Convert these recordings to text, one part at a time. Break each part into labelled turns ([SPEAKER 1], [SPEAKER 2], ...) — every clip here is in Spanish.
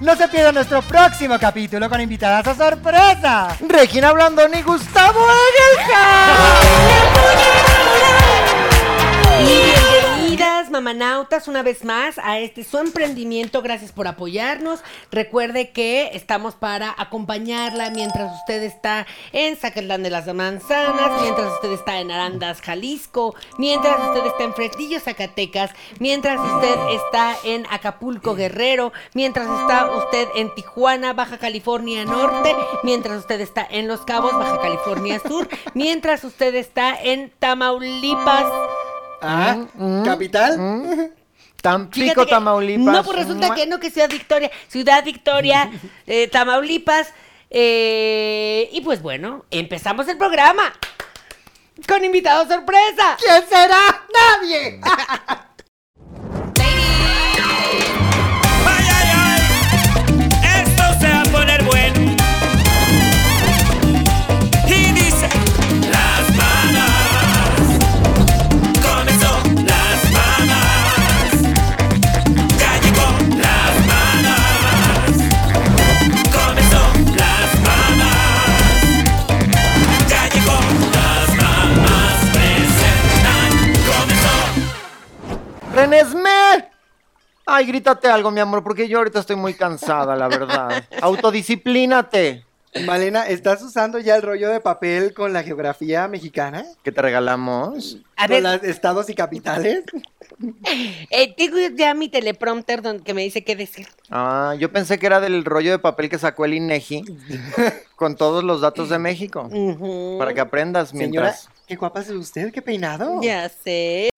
[SPEAKER 1] No se pierda nuestro próximo capítulo con invitadas a sorpresa.
[SPEAKER 2] Regina Blandón y Gustavo Engelhardt.
[SPEAKER 3] Bienvenidas, mamanautas, una vez más a este su emprendimiento. Gracias por apoyarnos. Recuerde que estamos para acompañarla mientras usted está en Zacatlán de las Manzanas, mientras usted está en Arandas, Jalisco, mientras usted está en Fresnillo, Zacatecas, mientras usted está en Acapulco, Guerrero, mientras está usted en Tijuana, Baja California Norte, mientras usted está en Los Cabos, Baja California Sur, mientras usted está en Tamaulipas.
[SPEAKER 2] Ah, capital.
[SPEAKER 3] Fíjate
[SPEAKER 2] Tampico,
[SPEAKER 3] que-
[SPEAKER 2] Tamaulipas.
[SPEAKER 3] No, pues resulta
[SPEAKER 2] Mua.
[SPEAKER 3] que no, que Ciudad Victoria, Ciudad Victoria, eh, Tamaulipas. eh, y pues bueno, empezamos el programa con invitado sorpresa.
[SPEAKER 2] ¿Quién será? ¡Nadie!
[SPEAKER 4] ¡Ay, ay, ay! Esto se va a poner bueno. Y dice: Las manas. Comenzó las manas. Ya llegó las manas. Comenzó las manas. Ya llegó las manas. Presentan. Comenzó.
[SPEAKER 2] ¡Renesme! Ay, grítate algo, mi amor, porque yo ahorita estoy muy cansada, la verdad. Autodisciplínate.
[SPEAKER 5] Malena, ¿estás usando ya el rollo de papel con la geografía mexicana?
[SPEAKER 2] ¿Qué te regalamos?
[SPEAKER 3] A ver,
[SPEAKER 5] ¿Con los estados y capitales?
[SPEAKER 3] eh, tengo ya mi teleprompter donde que me dice qué decir.
[SPEAKER 2] Ah, yo pensé que era del rollo de papel que sacó el INEGI con todos los datos de México.
[SPEAKER 3] Ujú.
[SPEAKER 2] Para que aprendas
[SPEAKER 5] Señora,
[SPEAKER 2] mientras.
[SPEAKER 5] qué guapa es usted, qué peinado.
[SPEAKER 3] Ya sé.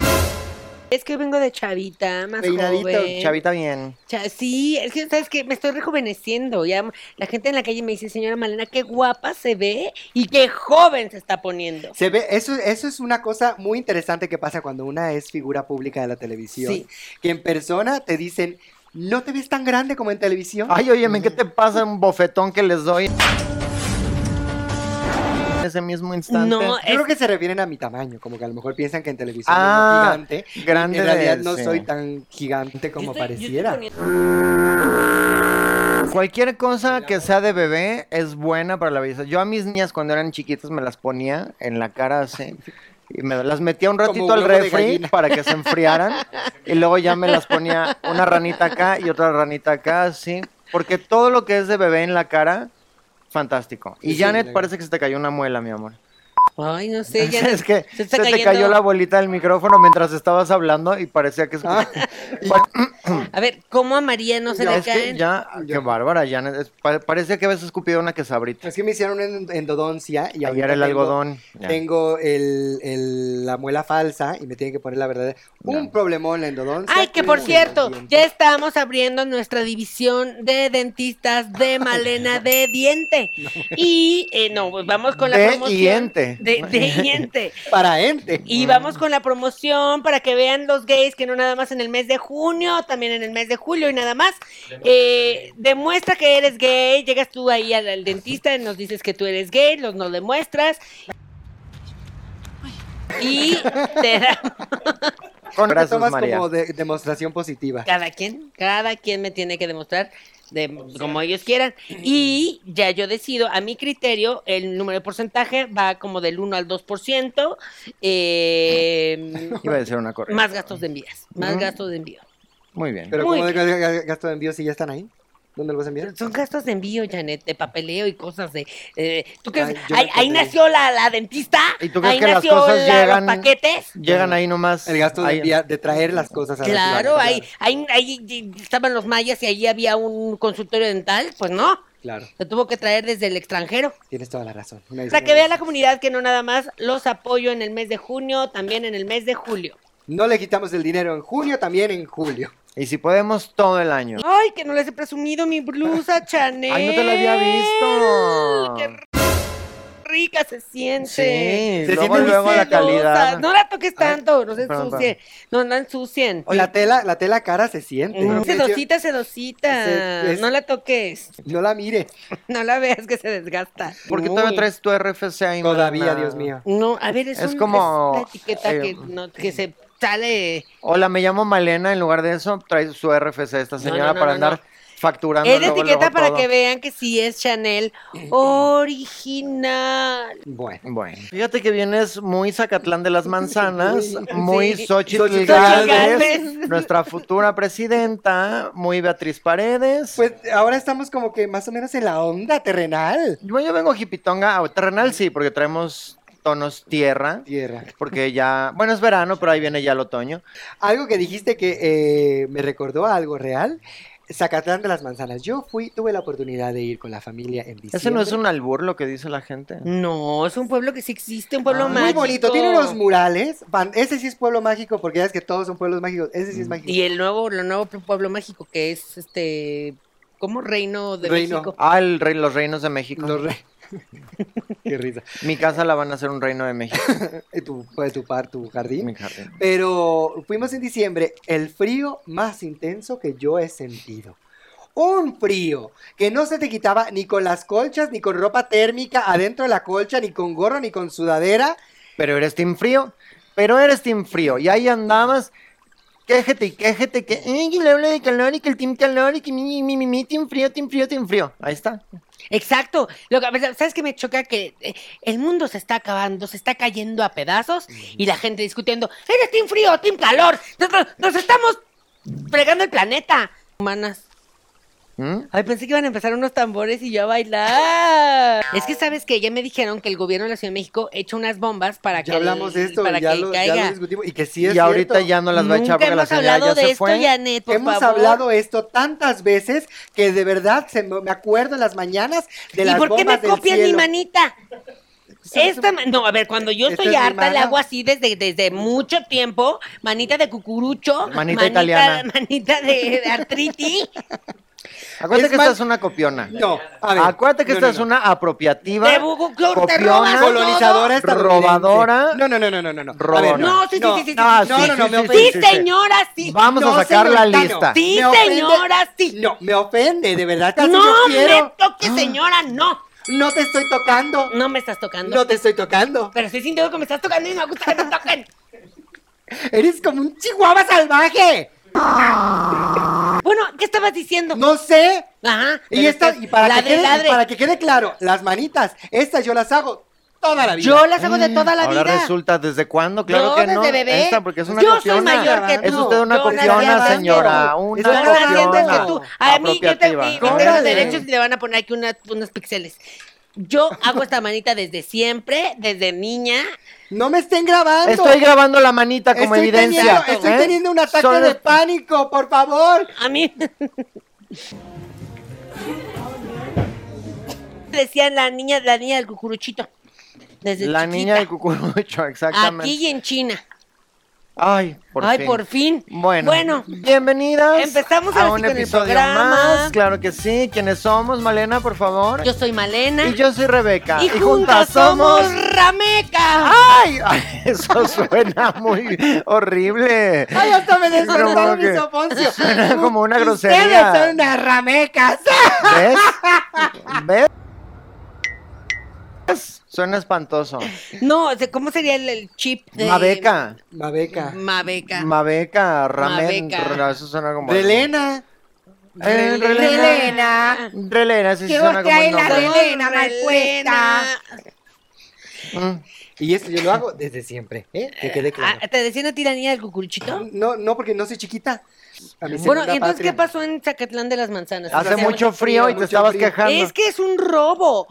[SPEAKER 3] Es que vengo de chavita, más
[SPEAKER 5] Peinadito,
[SPEAKER 3] joven.
[SPEAKER 2] Chavita bien.
[SPEAKER 3] Cha- sí, es que sabes que me estoy rejuveneciendo. Ya la gente en la calle me dice, señora Malena, qué guapa se ve y qué joven se está poniendo.
[SPEAKER 5] Se ve, eso, eso es una cosa muy interesante que pasa cuando una es figura pública de la televisión.
[SPEAKER 3] Sí.
[SPEAKER 5] Que en persona te dicen, no te ves tan grande como en televisión.
[SPEAKER 2] Ay, óyeme, ¿qué te pasa un bofetón que les doy? En ese mismo instante.
[SPEAKER 3] No,
[SPEAKER 5] Yo
[SPEAKER 3] es-
[SPEAKER 5] creo que se refieren a mi tamaño, como que a lo mejor piensan que en televisión
[SPEAKER 2] Ah,
[SPEAKER 5] es gigante.
[SPEAKER 2] grande
[SPEAKER 5] En realidad no
[SPEAKER 2] sí.
[SPEAKER 5] soy tan gigante
[SPEAKER 3] yo
[SPEAKER 5] como
[SPEAKER 3] estoy- yo estoy
[SPEAKER 5] pareciera.
[SPEAKER 3] poniendo-
[SPEAKER 2] Cualquier cosa que sea de bebé es buena para la belleza. Yo a mis niñas cuando eran chiquitas me las ponía en la cara así. Y me las metía un
[SPEAKER 5] Como
[SPEAKER 2] ratito al
[SPEAKER 5] huevo de
[SPEAKER 2] refri
[SPEAKER 5] gallina.
[SPEAKER 2] para que se enfriaran. y luego ya me las ponía una ranita acá y otra ranita acá, así. Porque todo lo que es de bebé en la cara, fantástico. Y
[SPEAKER 5] Sí,
[SPEAKER 2] Janet,
[SPEAKER 5] la-
[SPEAKER 2] parece que se te cayó una muela, mi amor.
[SPEAKER 3] Ay, no sé, ya
[SPEAKER 2] es que
[SPEAKER 3] se
[SPEAKER 2] se,
[SPEAKER 3] está
[SPEAKER 2] te
[SPEAKER 3] cayendo.
[SPEAKER 2] cayó la bolita del micrófono mientras estabas hablando y parecía que...
[SPEAKER 5] Ah,
[SPEAKER 2] escu-
[SPEAKER 3] A ver, ¿cómo a María no se
[SPEAKER 2] Ya,
[SPEAKER 3] le
[SPEAKER 2] es que
[SPEAKER 3] caen?
[SPEAKER 2] ya, qué
[SPEAKER 5] Ah, Ya.
[SPEAKER 2] bárbara, Janet. es- pa- parecía que habías escupido una quesabrita.
[SPEAKER 5] Es que me hicieron una endodoncia y
[SPEAKER 2] Ayer
[SPEAKER 5] ahorita
[SPEAKER 2] el
[SPEAKER 5] tengo-
[SPEAKER 2] algodón. Ya.
[SPEAKER 5] Tengo el, el- la muela falsa y me tienen que poner la verdadera. Un problemón la endodoncia.
[SPEAKER 3] Ay, que por
[SPEAKER 5] un
[SPEAKER 3] cierto,
[SPEAKER 5] diente.
[SPEAKER 3] ya estamos abriendo nuestra división de dentistas de Malena de Diente. Y eh, no, pues vamos con la
[SPEAKER 2] De
[SPEAKER 3] promoción.
[SPEAKER 2] hiente.
[SPEAKER 3] De, de hiente.
[SPEAKER 5] Para ente.
[SPEAKER 2] Mm.
[SPEAKER 3] Y vamos con la promoción para que vean los gays que no nada más en el mes de junio, también en el mes de julio y nada más. Eh, demuestra que eres gay, llegas tú ahí al, al dentista, nos dices que tú eres gay, los no demuestras. Y te da-
[SPEAKER 2] Con
[SPEAKER 5] Ahora
[SPEAKER 2] brazos,
[SPEAKER 5] tomas
[SPEAKER 2] María.
[SPEAKER 5] como de- demostración positiva.
[SPEAKER 3] cada quien, cada quien me tiene que demostrar de, como ellos quieran. Y ya yo decido, a mi criterio, el número de porcentaje va como del 1 al 2%. Eh,
[SPEAKER 2] Iba a decir una correcta.
[SPEAKER 3] Más gastos de envías, más
[SPEAKER 2] Ujú.
[SPEAKER 3] gastos de envío.
[SPEAKER 2] Muy bien.
[SPEAKER 5] Pero
[SPEAKER 3] Muy
[SPEAKER 5] como de ga- ga- gasto de envío si ya están ahí. ¿Dónde lo vas a enviar?
[SPEAKER 3] Son gastos de envío, Janet, de papeleo y cosas de... eh, ¿Tú crees?
[SPEAKER 5] Ay, yo
[SPEAKER 3] ahí,
[SPEAKER 5] no
[SPEAKER 3] ahí
[SPEAKER 5] entendí.
[SPEAKER 3] nació la, la dentista,
[SPEAKER 2] ¿Y tú crees
[SPEAKER 3] ahí
[SPEAKER 2] que las
[SPEAKER 3] nació
[SPEAKER 2] cosas
[SPEAKER 3] la-
[SPEAKER 2] llegan-
[SPEAKER 3] los paquetes.
[SPEAKER 2] Llegan ahí nomás.
[SPEAKER 5] El gasto de,
[SPEAKER 2] ahí-
[SPEAKER 5] enviar, de traer las cosas a la
[SPEAKER 3] Claro,
[SPEAKER 5] ciudad.
[SPEAKER 3] ahí, ahí, ahí estaban los mayas y allí había un consultorio dental, pues no,
[SPEAKER 5] Claro,
[SPEAKER 3] se tuvo que traer desde el extranjero.
[SPEAKER 5] tienes toda la razón. Una
[SPEAKER 3] Para
[SPEAKER 5] disculpa.
[SPEAKER 3] que vea la comunidad que no nada más los apoyo en el mes de junio, también en el mes de julio.
[SPEAKER 5] No le quitamos el dinero en junio, también en julio.
[SPEAKER 2] Y si podemos, todo el año.
[SPEAKER 3] Ay, que no les he presumido mi blusa, Chanel.
[SPEAKER 2] Ay, no te la había visto.
[SPEAKER 3] Qué rica se siente.
[SPEAKER 2] Sí,
[SPEAKER 5] Se
[SPEAKER 2] luego,
[SPEAKER 5] siente muy
[SPEAKER 2] luego la
[SPEAKER 3] Celosa.
[SPEAKER 2] calidad.
[SPEAKER 3] No la toques tanto, no se
[SPEAKER 2] perdón,
[SPEAKER 3] ensucien. No, no ensucien.
[SPEAKER 5] La tela, la tela cara se siente.
[SPEAKER 3] Mm,
[SPEAKER 5] eh, Es decir,
[SPEAKER 3] Sedosita, sedosita.
[SPEAKER 5] Se- es-
[SPEAKER 3] No la toques.
[SPEAKER 5] No la mire.
[SPEAKER 3] No la veas que se desgasta.
[SPEAKER 2] ¿Por qué
[SPEAKER 5] Uy.
[SPEAKER 2] todavía traes tu RFC ahí,
[SPEAKER 5] Todavía,
[SPEAKER 2] mana?
[SPEAKER 5] Dios mío.
[SPEAKER 3] No, a ver, es,
[SPEAKER 2] Es
[SPEAKER 3] un-
[SPEAKER 2] como,
[SPEAKER 3] es la etiqueta
[SPEAKER 2] eh,
[SPEAKER 3] que, no- que se sale.
[SPEAKER 2] Hola, me llamo Malena. En lugar de eso, traes su RFC esta
[SPEAKER 3] No,
[SPEAKER 2] señora
[SPEAKER 3] no, no,
[SPEAKER 2] para
[SPEAKER 3] no,
[SPEAKER 2] andar
[SPEAKER 3] no.
[SPEAKER 6] facturando.
[SPEAKER 3] Era
[SPEAKER 6] luego,
[SPEAKER 3] etiqueta
[SPEAKER 6] luego
[SPEAKER 3] para
[SPEAKER 6] todo.
[SPEAKER 3] que vean que sí es Chanel original.
[SPEAKER 5] Bueno.
[SPEAKER 6] Bueno, fíjate que vienes muy Zacatlán de las Manzanas, muy
[SPEAKER 3] Sí.
[SPEAKER 6] Xochitl
[SPEAKER 5] Xochitl
[SPEAKER 6] Galvez,
[SPEAKER 3] Gálvez.
[SPEAKER 6] nuestra futura presidenta, muy Beatriz Paredes.
[SPEAKER 5] Pues ahora estamos como que más o menos en la onda terrenal.
[SPEAKER 6] Bueno, yo vengo jipitonga, ah, terrenal sí, porque traemos tonos tierra,
[SPEAKER 5] Tierra.
[SPEAKER 6] porque ya, bueno, es verano, pero ahí viene ya el otoño.
[SPEAKER 5] Algo que dijiste que eh, me recordó a algo real. Zacatlán de las Manzanas. Yo fui, tuve la oportunidad de ir con la familia en diciembre.
[SPEAKER 6] Ese no es un albur lo que dice la gente.
[SPEAKER 3] No, es un pueblo que sí existe, un pueblo
[SPEAKER 6] Ah,
[SPEAKER 3] mágico.
[SPEAKER 5] Muy bonito, tiene unos murales. Van- Ese sí es pueblo mágico, porque ya es que todos son pueblos mágicos. Ese sí
[SPEAKER 3] Mm.
[SPEAKER 5] es mágico.
[SPEAKER 3] Y el nuevo, lo nuevo pueblo mágico que es este, ¿cómo? Reino de
[SPEAKER 5] Reino.
[SPEAKER 3] México.
[SPEAKER 6] Ah, el rey, los reinos de México.
[SPEAKER 5] Los re- Qué risa.
[SPEAKER 6] Mi casa la van a hacer un reino de México.
[SPEAKER 5] Eh, Tu, pues, tu par, tu
[SPEAKER 6] mi
[SPEAKER 5] jardín.
[SPEAKER 6] jardín.
[SPEAKER 5] Pero fuimos en diciembre, el frío más intenso que yo he sentido. Un frío que no se te quitaba ni con las colchas, ni con ropa térmica adentro de la colcha, ni con gorro, ni con sudadera.
[SPEAKER 6] Pero eres team frío, pero eres team frío. Y ahí andabas, quéjete y quéjete, que "Ay, que le habla de calor y que el team calor y que mi, mi, mi, mi, team frío, team frío, team frío. Ahí está.
[SPEAKER 3] Exacto. Lo que, ¿Sabes qué me choca? Que eh, el mundo se está acabando, se está cayendo a pedazos y la gente discutiendo, eres team frío, team calor, nos, nos- nos estamos fregando el planeta. Humanas.
[SPEAKER 6] ¿Mm?
[SPEAKER 3] Ay, pensé que iban a empezar unos tambores y yo a bailar. Es que sabes que ya me dijeron que el gobierno de la Ciudad de México echa unas bombas para que
[SPEAKER 5] Ya hablamos de
[SPEAKER 3] el-
[SPEAKER 5] esto,
[SPEAKER 3] para
[SPEAKER 5] ya
[SPEAKER 3] que
[SPEAKER 5] lo, ya lo
[SPEAKER 3] caiga.
[SPEAKER 5] discutimos. Y que sí
[SPEAKER 6] Y
[SPEAKER 5] es
[SPEAKER 6] ahorita
[SPEAKER 5] cierto.
[SPEAKER 6] ya no las va a echar
[SPEAKER 3] Nunca
[SPEAKER 6] porque la
[SPEAKER 3] hemos
[SPEAKER 6] señora
[SPEAKER 3] hablado
[SPEAKER 6] ya
[SPEAKER 3] de
[SPEAKER 6] se
[SPEAKER 3] esto,
[SPEAKER 6] fue.
[SPEAKER 3] Janet, por
[SPEAKER 5] Hemos
[SPEAKER 3] favor.
[SPEAKER 5] hablado esto tantas veces que de verdad se me, me acuerdo en las mañanas de
[SPEAKER 3] ¿Y
[SPEAKER 5] las
[SPEAKER 3] por qué me
[SPEAKER 5] bombas del
[SPEAKER 3] copias mi
[SPEAKER 5] cielo.
[SPEAKER 3] manita? Esta, ma- no, a ver, cuando yo
[SPEAKER 5] Esta
[SPEAKER 3] estoy
[SPEAKER 5] es mi
[SPEAKER 3] harta, le
[SPEAKER 5] mana.
[SPEAKER 3] hago así desde, desde mucho tiempo, manita de cucurucho,
[SPEAKER 6] Manita italiana.
[SPEAKER 3] manita de, de artritis,
[SPEAKER 6] Acuérdate
[SPEAKER 5] Es
[SPEAKER 6] que
[SPEAKER 5] mal-
[SPEAKER 6] esta es una copiona.
[SPEAKER 5] No, a ver.
[SPEAKER 6] Acuérdate que
[SPEAKER 5] No,
[SPEAKER 6] esta
[SPEAKER 5] no,
[SPEAKER 6] es
[SPEAKER 5] no.
[SPEAKER 6] una apropiativa.
[SPEAKER 3] Te bu- te
[SPEAKER 6] copiona,
[SPEAKER 3] robas todo.
[SPEAKER 5] colonizadora estadounidense.
[SPEAKER 6] robadora.
[SPEAKER 5] No, no, no, no, no, no. A
[SPEAKER 6] Robona.
[SPEAKER 5] ver,
[SPEAKER 3] No, sí, sí, sí, sí,
[SPEAKER 6] Ah,
[SPEAKER 5] No,
[SPEAKER 6] sí,
[SPEAKER 5] no, no,
[SPEAKER 6] sí,
[SPEAKER 5] me
[SPEAKER 6] sí,
[SPEAKER 5] ofendí.
[SPEAKER 3] sí, señora, sí.
[SPEAKER 6] Vamos
[SPEAKER 5] No,
[SPEAKER 6] a sacar la
[SPEAKER 5] señorita, no.
[SPEAKER 6] lista.
[SPEAKER 3] Sí,
[SPEAKER 5] Me ofende-
[SPEAKER 3] señora, sí.
[SPEAKER 5] No, me ofende, de verdad. Casi yo
[SPEAKER 3] No me
[SPEAKER 5] quiero. Ah.
[SPEAKER 3] toques, señora, no.
[SPEAKER 5] No te estoy tocando.
[SPEAKER 3] No me estás tocando.
[SPEAKER 5] No te estoy tocando.
[SPEAKER 3] Pero estoy sintiendo que me estás tocando y no me gusta que me toquen.
[SPEAKER 5] Eres como un chihuahua salvaje.
[SPEAKER 3] Bueno, ¿qué estabas diciendo?
[SPEAKER 5] No sé.
[SPEAKER 3] Ajá.
[SPEAKER 5] Y, esta, y para, que
[SPEAKER 3] Ladre,
[SPEAKER 5] quede,
[SPEAKER 3] ladre.
[SPEAKER 5] y para que quede claro, las manitas, estas yo las hago toda la vida.
[SPEAKER 3] Yo las
[SPEAKER 5] Eh,
[SPEAKER 3] hago de toda
[SPEAKER 5] Ah,
[SPEAKER 3] la
[SPEAKER 6] Ahora
[SPEAKER 3] vida.
[SPEAKER 6] resulta, ¿desde cuándo? Claro
[SPEAKER 3] No,
[SPEAKER 6] que
[SPEAKER 3] desde
[SPEAKER 6] no.
[SPEAKER 3] bebé.
[SPEAKER 6] Esta, porque es una
[SPEAKER 3] Yo soy
[SPEAKER 6] copiona.
[SPEAKER 3] mayor
[SPEAKER 5] que
[SPEAKER 6] Es
[SPEAKER 5] tú.
[SPEAKER 6] usted una
[SPEAKER 3] Yo nací
[SPEAKER 6] copiona,
[SPEAKER 3] antes.
[SPEAKER 6] señora.
[SPEAKER 5] Yo
[SPEAKER 6] Una
[SPEAKER 3] Yo
[SPEAKER 5] Una
[SPEAKER 3] nací antes que
[SPEAKER 6] copiona.
[SPEAKER 3] tú. A mí, yo te,
[SPEAKER 6] Apropiativa.
[SPEAKER 3] y- y tengo
[SPEAKER 5] Órale.
[SPEAKER 3] los derechos y le van a poner aquí una- unos pixeles. Yo hago esta manita desde siempre, desde niña.
[SPEAKER 5] No me estén grabando.
[SPEAKER 6] Estoy grabando la manita como
[SPEAKER 5] Estoy
[SPEAKER 6] evidencia.
[SPEAKER 5] Teniendo, estoy
[SPEAKER 6] ¿eh?
[SPEAKER 5] teniendo un ataque
[SPEAKER 6] Solo-
[SPEAKER 5] de pánico, por favor.
[SPEAKER 3] A mí. Decían la niña, la niña del cucuruchito. Desde
[SPEAKER 6] La
[SPEAKER 3] chiquita.
[SPEAKER 6] niña del cucurucho, exactamente.
[SPEAKER 3] Aquí y en China.
[SPEAKER 6] Ay, por
[SPEAKER 3] Ay,
[SPEAKER 6] fin.
[SPEAKER 3] por fin.
[SPEAKER 6] Bueno,
[SPEAKER 3] Bueno.
[SPEAKER 6] bienvenidas.
[SPEAKER 3] empezamos
[SPEAKER 6] a
[SPEAKER 3] ahora
[SPEAKER 6] un
[SPEAKER 3] sí con el
[SPEAKER 6] episodio
[SPEAKER 3] programa.
[SPEAKER 6] más. Claro que sí. ¿Quiénes somos, Malena, por favor?
[SPEAKER 3] Yo soy Malena.
[SPEAKER 6] y yo soy Rebeca.
[SPEAKER 3] Y juntas somos Rameca.
[SPEAKER 6] ¡Ay! Ay, Eso suena muy horrible.
[SPEAKER 5] Ay, hasta me
[SPEAKER 6] Como
[SPEAKER 5] despertaron
[SPEAKER 6] que-
[SPEAKER 5] mis oponcio.
[SPEAKER 6] Suena como una grosería.
[SPEAKER 5] Ustedes son unas ramecas.
[SPEAKER 6] ¿Ves? ¿Ves? ¿Ves? Suena espantoso.
[SPEAKER 3] No, o sea, ¿cómo sería el, el chip de.
[SPEAKER 6] Mabeca.
[SPEAKER 5] Mabeca.
[SPEAKER 6] Mm.
[SPEAKER 3] Mabeca.
[SPEAKER 6] Mabeca, ramen,
[SPEAKER 3] Mabeca.
[SPEAKER 6] ra- eso suena como.
[SPEAKER 5] Relena.
[SPEAKER 6] Eh, Relena.
[SPEAKER 7] Elena,
[SPEAKER 6] Relena, sí, sí
[SPEAKER 7] ¿Qué
[SPEAKER 6] suena como
[SPEAKER 7] vos traes
[SPEAKER 6] el
[SPEAKER 7] la
[SPEAKER 6] nombre.
[SPEAKER 7] Relena? mal puesta.
[SPEAKER 6] Mm.
[SPEAKER 5] Y esto yo lo hago desde siempre, ¿eh? Que quede claro.
[SPEAKER 3] Ah, ¿Te decían a ti la niña del cucuruchito?
[SPEAKER 5] No, no, porque no soy chiquita. A
[SPEAKER 3] Bueno,
[SPEAKER 5] mi
[SPEAKER 3] ¿y
[SPEAKER 5] segunda
[SPEAKER 3] entonces qué
[SPEAKER 5] patria.
[SPEAKER 3] pasó en Zacatlán de las Manzanas?
[SPEAKER 6] Hace
[SPEAKER 5] hace
[SPEAKER 6] mucho
[SPEAKER 5] mucho
[SPEAKER 6] frío y
[SPEAKER 5] frío,
[SPEAKER 6] te
[SPEAKER 5] mucho
[SPEAKER 6] estabas
[SPEAKER 5] frío.
[SPEAKER 6] quejando.
[SPEAKER 3] Es que es un robo.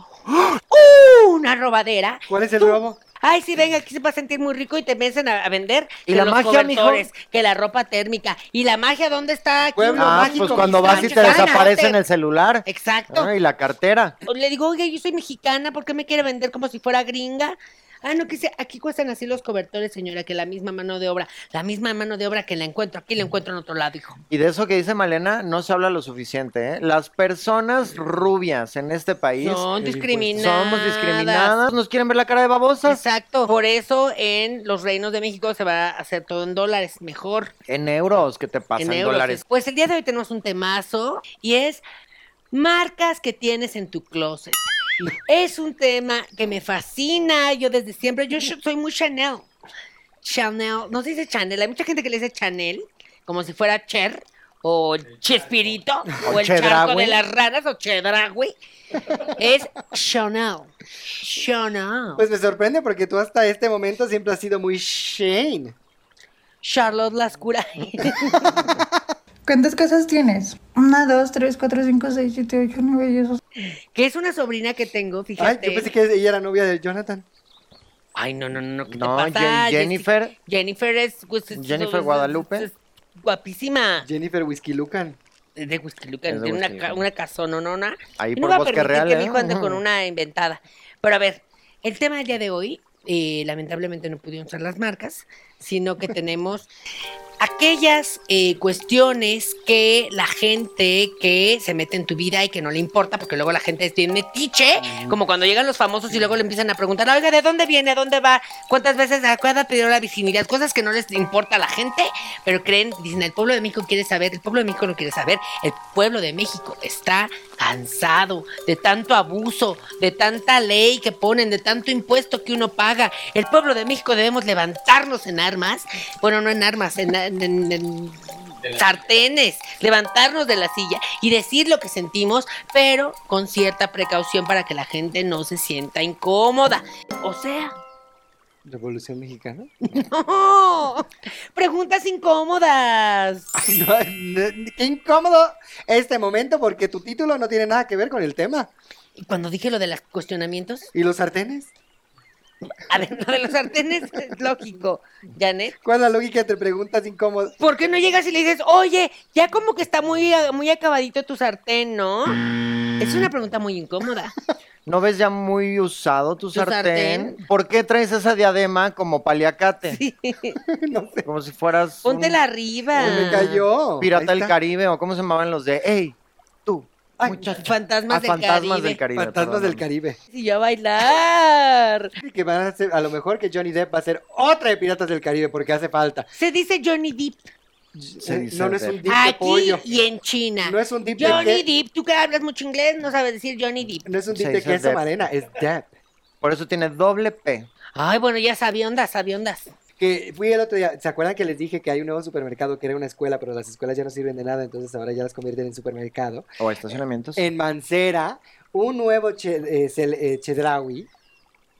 [SPEAKER 3] Una robadera.
[SPEAKER 5] ¿Cuál es el
[SPEAKER 3] Tú-
[SPEAKER 5] robo?
[SPEAKER 3] Ay, sí, venga, aquí se va a sentir muy rico y te empiezan a, a vender.
[SPEAKER 6] ¿Y
[SPEAKER 3] que
[SPEAKER 6] la
[SPEAKER 3] los
[SPEAKER 6] magia, mijo?
[SPEAKER 3] cobertores, Que la ropa térmica. ¿Y la magia dónde está? Aquí?
[SPEAKER 5] Pueblo
[SPEAKER 6] Ah,
[SPEAKER 5] mágico,
[SPEAKER 6] pues cuando
[SPEAKER 5] mis
[SPEAKER 6] vas y te
[SPEAKER 3] manchanas.
[SPEAKER 6] desaparece en el celular.
[SPEAKER 3] Exacto.
[SPEAKER 6] Ah, y la cartera.
[SPEAKER 3] O Le digo, oye, yo soy mexicana, ¿por qué me quiere vender como si fuera gringa? Ah, no, que sea, aquí cuestan así los cobertores, señora, que la misma mano de obra, la misma mano de obra que la encuentro aquí, la encuentro en otro lado, hijo.
[SPEAKER 6] Y de eso que dice Malena, no se habla lo suficiente. ¿eh? Las personas rubias en este país
[SPEAKER 3] Son discriminadas.
[SPEAKER 6] somos discriminadas. Nos quieren ver la cara de babosas.
[SPEAKER 3] Exacto. Por eso en los reinos de México se va a hacer todo en dólares, mejor
[SPEAKER 6] En euros, ¿qué te pasa? En,
[SPEAKER 3] en euros.
[SPEAKER 6] dólares.
[SPEAKER 3] Pues el día de hoy tenemos un temazo y es marcas que tienes en tu closet. Es un tema que me fascina, yo desde siempre, yo sh- soy muy Chanel. Chanel, no se dice Chanel, hay mucha gente que le dice Chanel, como si fuera Cher o Chespirito, o,
[SPEAKER 6] O
[SPEAKER 3] el charco
[SPEAKER 6] Chedraui.
[SPEAKER 3] de las ranas, o Chedragui, es Chanel. Chanel.
[SPEAKER 5] Pues me sorprende porque tú hasta este momento siempre has sido muy Shane.
[SPEAKER 3] Charlotte Lascura.
[SPEAKER 7] ¿Cuántas casas tienes? Una, dos, tres, cuatro, cinco, seis, siete, ocho, nueve, diez. once.
[SPEAKER 3] que es una sobrina que tengo,
[SPEAKER 5] Ay,
[SPEAKER 3] fíjate.
[SPEAKER 5] yo pensé que ella era novia de Jonathan.
[SPEAKER 3] Ay, no, no, no, no, ¿qué
[SPEAKER 6] No,
[SPEAKER 3] te pasa?
[SPEAKER 6] Jen- Jennifer.
[SPEAKER 3] Jessica- Jennifer es... pues, es-
[SPEAKER 6] Jennifer
[SPEAKER 3] es-
[SPEAKER 6] Guadalupe.
[SPEAKER 3] es- es guapísima.
[SPEAKER 5] Jennifer Whiskey Lucan.
[SPEAKER 3] Es de Huixquilucan,
[SPEAKER 6] Es de
[SPEAKER 3] tiene una,
[SPEAKER 6] Huixquilucan.
[SPEAKER 3] ca- una casononona.
[SPEAKER 6] Ahí
[SPEAKER 3] Y
[SPEAKER 6] por
[SPEAKER 3] no va a
[SPEAKER 6] Bosque
[SPEAKER 3] permitir
[SPEAKER 6] Real,
[SPEAKER 3] que
[SPEAKER 6] ¿eh?
[SPEAKER 3] mi hijo ande con
[SPEAKER 6] Ujú.
[SPEAKER 3] una inventada. Pero a ver, el tema del día de hoy, eh, lamentablemente no pudieron ser las marcas, sino que tenemos aquellas eh, cuestiones que la gente que se mete en tu vida y que no le importa, porque luego la gente es bien metiche, como cuando llegan los famosos y luego le empiezan a preguntar, oiga, ¿de dónde viene? ¿A dónde va? ¿Cuántas veces a cuándo pidió la virginidad? Cosas que no les importa a la gente, pero creen, dicen, el pueblo de México quiere saber, el pueblo de México no quiere saber, el pueblo de México está cansado de tanto abuso, de tanta ley que ponen, de tanto impuesto que uno paga. El pueblo de México debemos levantarnos en armas, bueno, no en armas, en, en- en- en sartenes, levantarnos de la silla y decir lo que sentimos, pero con cierta precaución para que la gente no se sienta incómoda. O sea,
[SPEAKER 5] Revolución Mexicana.
[SPEAKER 3] no. Preguntas incómodas.
[SPEAKER 5] Ay, no, n- qué incómodo este momento porque tu título no tiene nada que ver con el tema.
[SPEAKER 3] Y cuando dije lo de los cuestionamientos,
[SPEAKER 5] ¿Y los sartenes?
[SPEAKER 3] a ver, lo de los sartenes es lógico, Janet.
[SPEAKER 5] ¿Cuál es la lógica entre preguntas incómodas?
[SPEAKER 3] ¿Por qué no llegas y le dices, oye, ya como que está muy, muy acabadito tu sartén, ¿no? Es una pregunta muy incómoda.
[SPEAKER 6] ¿No ves ya muy usado tu,
[SPEAKER 3] Tu
[SPEAKER 6] sartén?
[SPEAKER 3] sartén.
[SPEAKER 6] ¿Por qué traes esa diadema como paliacate?
[SPEAKER 5] no sé.
[SPEAKER 6] Como si fueras un
[SPEAKER 3] Póntela arriba.
[SPEAKER 5] Uy, me cayó. Ahí
[SPEAKER 6] pirata del
[SPEAKER 5] está.
[SPEAKER 6] Caribe o cómo se llamaban los de, hey, tú,
[SPEAKER 5] Ay,
[SPEAKER 6] muchacho.
[SPEAKER 3] Fantasmas
[SPEAKER 6] Ah,
[SPEAKER 3] del
[SPEAKER 6] fantasmas
[SPEAKER 3] Caribe.
[SPEAKER 6] del Caribe.
[SPEAKER 5] Fantasmas del
[SPEAKER 6] perdóname.
[SPEAKER 5] Caribe.
[SPEAKER 3] Y yo a bailar.
[SPEAKER 5] Y Que van a, hacer- a lo mejor que Johnny Depp va a hacer otra de Piratas del Caribe porque hace falta. Eh,
[SPEAKER 3] Se dice Johnny Deep
[SPEAKER 6] Se dice
[SPEAKER 5] no, no es
[SPEAKER 6] Depp.
[SPEAKER 5] un dip de
[SPEAKER 3] aquí
[SPEAKER 5] pollo.
[SPEAKER 3] y en China.
[SPEAKER 5] No es un dip de
[SPEAKER 3] Johnny
[SPEAKER 5] qué-
[SPEAKER 3] Deep, tú que hablas mucho inglés, no sabes decir Johnny Deep.
[SPEAKER 5] No es un dip
[SPEAKER 6] Se
[SPEAKER 5] de
[SPEAKER 6] dice
[SPEAKER 5] queso,
[SPEAKER 6] Depp.
[SPEAKER 5] Marena, es Depp.
[SPEAKER 6] Por eso tiene doble P.
[SPEAKER 3] Ay, bueno, ya sabiondas, sabiondas.
[SPEAKER 5] Que fui el otro día, ¿se acuerdan que les dije que hay un nuevo supermercado que era una escuela, pero las escuelas ya no sirven de nada, entonces ahora ya las convierten en supermercado?
[SPEAKER 6] O estacionamientos.
[SPEAKER 3] Eh,
[SPEAKER 5] En Mancera, un nuevo che, eh, cel- eh, chedraui,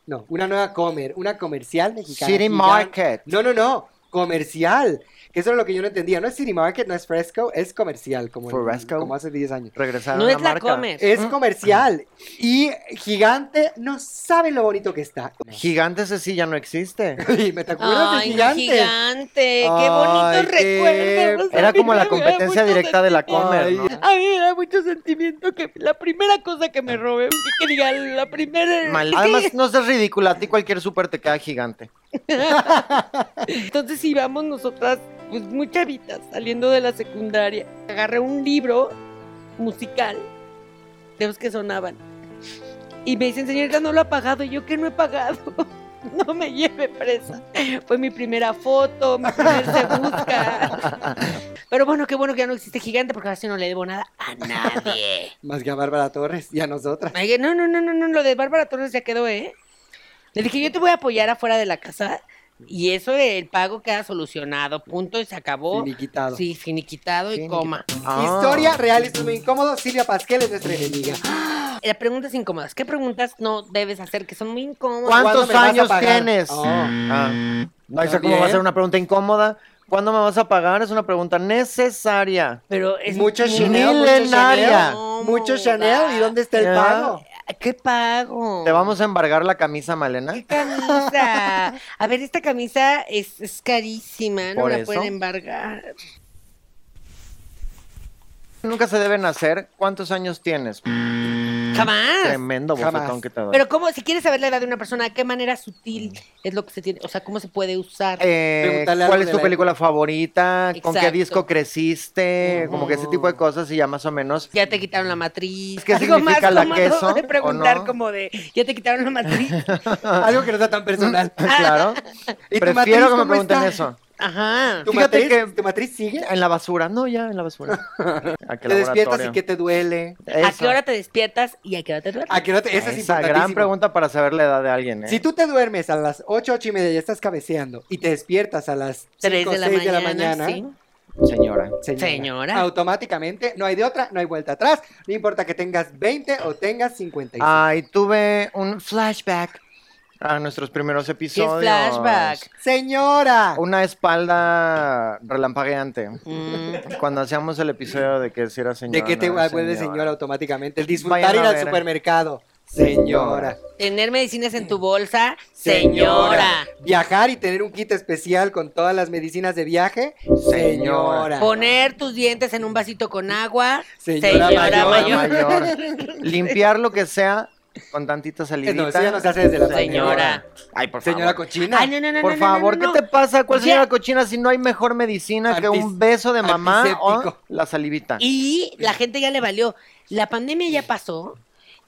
[SPEAKER 5] no, una nueva comer, una comercial mexicana.
[SPEAKER 6] City
[SPEAKER 5] gigante.
[SPEAKER 6] Market.
[SPEAKER 5] No, no, no, comercial. Que eso es lo que yo no entendía. No es City Market, no es Fresco, es comercial, como, el-
[SPEAKER 6] Fresco. Mm.
[SPEAKER 5] como hace 10 años.
[SPEAKER 6] Regresaron
[SPEAKER 3] No
[SPEAKER 6] a
[SPEAKER 3] es la
[SPEAKER 6] marca.
[SPEAKER 3] comer. Mm.
[SPEAKER 5] Es comercial y gigante, no saben lo bonito que está.
[SPEAKER 6] Gigante ese sí ya no existe.
[SPEAKER 5] Y ¿Me te acuerdas de
[SPEAKER 3] Ay, no,
[SPEAKER 5] gigante?
[SPEAKER 3] gigante. Qué
[SPEAKER 5] Ay,
[SPEAKER 3] bonitos
[SPEAKER 5] qué-
[SPEAKER 3] recuerdos.
[SPEAKER 6] Era
[SPEAKER 3] A mí
[SPEAKER 6] como la
[SPEAKER 3] me da
[SPEAKER 6] competencia
[SPEAKER 3] mucho
[SPEAKER 6] directa de la comer,
[SPEAKER 5] Ay,
[SPEAKER 6] ¿no?
[SPEAKER 3] A mí me da mucho sentimiento que la primera cosa que me robé, que, que diga la primera.
[SPEAKER 6] Mal- Además, no seas ridícula, a ti cualquier súper te queda gigante.
[SPEAKER 3] Entonces íbamos nosotras, pues muy chavitas, saliendo de la secundaria. Agarré un libro musical de los que sonaban. Y me dicen, señorita, no lo ha pagado. Y yo que no he pagado. No me lleve presa. Fue mi primera foto, mi primer se busca. Pero bueno, qué bueno que ya no existe gigante porque así no le debo nada a nadie.
[SPEAKER 5] Más que a Bárbara Torres y a nosotras.
[SPEAKER 3] Ay, No, no, no, no, no, lo de Bárbara Torres ya quedó, ¿eh? Le dije, yo te voy a apoyar afuera de la casa y eso el pago queda solucionado, punto, y se acabó.
[SPEAKER 5] Finiquitado.
[SPEAKER 3] Sí, finiquitado y coma.
[SPEAKER 6] Ah.
[SPEAKER 5] Historia real y muy incómodo. Silvia Pasquel es nuestra enemiga.
[SPEAKER 3] Las preguntas incómodas. ¿Qué preguntas no debes hacer que son muy incómodas?
[SPEAKER 5] ¿Cuándo
[SPEAKER 6] ¿Cuántos
[SPEAKER 5] me vas a
[SPEAKER 6] años
[SPEAKER 5] pagar?
[SPEAKER 6] tienes?
[SPEAKER 5] Oh.
[SPEAKER 6] Ah. No, esa cómo
[SPEAKER 5] También.
[SPEAKER 6] va a ser una pregunta incómoda. ¿Cuándo me vas a pagar? Es una pregunta necesaria.
[SPEAKER 3] Pero es
[SPEAKER 5] Mucho
[SPEAKER 3] muy-
[SPEAKER 5] Chanel, mucho
[SPEAKER 6] Milenaria.
[SPEAKER 5] Chanel.
[SPEAKER 3] No,
[SPEAKER 5] Mucho
[SPEAKER 3] moda.
[SPEAKER 5] Chanel. ¿Y dónde está el
[SPEAKER 6] Ya.
[SPEAKER 5] pago?
[SPEAKER 3] ¿Qué pago?
[SPEAKER 6] ¿Te vamos a embargar la camisa, Malena?
[SPEAKER 3] ¿Qué camisa? A ver, esta camisa es, es carísima, no
[SPEAKER 6] ¿Por
[SPEAKER 3] la
[SPEAKER 6] eso?
[SPEAKER 3] pueden embargar.
[SPEAKER 6] Nunca se deben hacer. ¿Cuántos años tienes?
[SPEAKER 3] Jamás.
[SPEAKER 6] Tremendo
[SPEAKER 5] Jamás.
[SPEAKER 6] bofetón que te doy.
[SPEAKER 3] Pero cómo, si quieres saber la edad de una persona, ¿de qué manera sutil es lo que se tiene? O sea, ¿cómo se puede usar?
[SPEAKER 6] Mm. Eh,
[SPEAKER 5] Preguntarle algo
[SPEAKER 6] ¿Cuál es
[SPEAKER 5] de
[SPEAKER 6] tu
[SPEAKER 5] la
[SPEAKER 6] película favorita? ¿Con qué
[SPEAKER 3] Exacto.
[SPEAKER 6] disco creciste? Como que ese tipo de cosas y ya más o menos.
[SPEAKER 3] ya te quitaron la matriz.
[SPEAKER 6] ¿Qué
[SPEAKER 3] Algo más
[SPEAKER 6] significa la
[SPEAKER 3] cómodo
[SPEAKER 6] queso,
[SPEAKER 3] de
[SPEAKER 6] o
[SPEAKER 3] preguntar
[SPEAKER 6] no?
[SPEAKER 3] como de, ya te quitaron la matriz.
[SPEAKER 5] Algo que no sea tan personal.
[SPEAKER 6] claro.
[SPEAKER 5] ¿Y tu matriz
[SPEAKER 6] Mm. Prefiero que me
[SPEAKER 5] cómo
[SPEAKER 6] pregunten
[SPEAKER 5] está?
[SPEAKER 6] eso.
[SPEAKER 3] Ajá.
[SPEAKER 5] ¿Tu
[SPEAKER 6] Fíjate
[SPEAKER 5] matriz,
[SPEAKER 6] que-
[SPEAKER 5] ¿Tu matriz sigue?
[SPEAKER 6] En la basura. No, ya, en la basura. ¿A qué
[SPEAKER 5] Te despiertas y
[SPEAKER 6] laboratorio?
[SPEAKER 5] que te duele.
[SPEAKER 3] ¿A
[SPEAKER 6] Eso.
[SPEAKER 3] qué hora te despiertas y a qué hora te duermes?
[SPEAKER 5] ¿A qué no te- Esa es
[SPEAKER 6] Esa gran
[SPEAKER 5] importantísima.
[SPEAKER 6] pregunta para saber la edad de alguien, ¿eh?
[SPEAKER 5] Si tú te duermes a las 8, 8 y media y estás cabeceando y te despiertas a las 5,
[SPEAKER 3] Tres
[SPEAKER 5] 6 de la mañana,
[SPEAKER 3] sí.
[SPEAKER 6] señora.
[SPEAKER 3] Señora.
[SPEAKER 5] Automáticamente, no hay de otra, no hay vuelta atrás. No importa que tengas 20 o tengas 55.
[SPEAKER 6] Ay, tuve un flashback a nuestros primeros episodios.
[SPEAKER 3] flashback?
[SPEAKER 5] Señora.
[SPEAKER 6] Una espalda relampagueante.
[SPEAKER 3] Mm.
[SPEAKER 6] Cuando hacíamos el episodio de que si era señora.
[SPEAKER 5] ¿De qué te
[SPEAKER 6] no
[SPEAKER 5] vuelve
[SPEAKER 6] era
[SPEAKER 5] de señora automáticamente? El disfrutar
[SPEAKER 6] Vayan a
[SPEAKER 5] ir al
[SPEAKER 6] ver.
[SPEAKER 5] supermercado. Señora.
[SPEAKER 3] Tener medicinas en tu bolsa, señora.
[SPEAKER 5] Viajar y tener un kit especial con todas las medicinas de viaje.
[SPEAKER 6] Señora.
[SPEAKER 5] Señora.
[SPEAKER 3] Poner tus dientes en un vasito con agua, señora,
[SPEAKER 5] Señora
[SPEAKER 6] Señora
[SPEAKER 3] mayor.
[SPEAKER 5] mayor.
[SPEAKER 6] mayor. Limpiar lo que sea con tantita salidita.
[SPEAKER 5] Eh, No, eso ya no se hace desde la
[SPEAKER 3] Señora.
[SPEAKER 6] Ay, por favor.
[SPEAKER 5] Señora cochina.
[SPEAKER 3] Ay, no, no, no,
[SPEAKER 6] Por
[SPEAKER 3] no, no,
[SPEAKER 6] favor,
[SPEAKER 3] no, no.
[SPEAKER 6] ¿qué te pasa? ¿Cuál
[SPEAKER 3] Ya.
[SPEAKER 6] señora cochina si no hay mejor medicina que
[SPEAKER 5] Antis-
[SPEAKER 6] un beso de mamá o
[SPEAKER 5] antiséptico.
[SPEAKER 6] la salivita?
[SPEAKER 3] Y la gente ya le valió. La pandemia ya pasó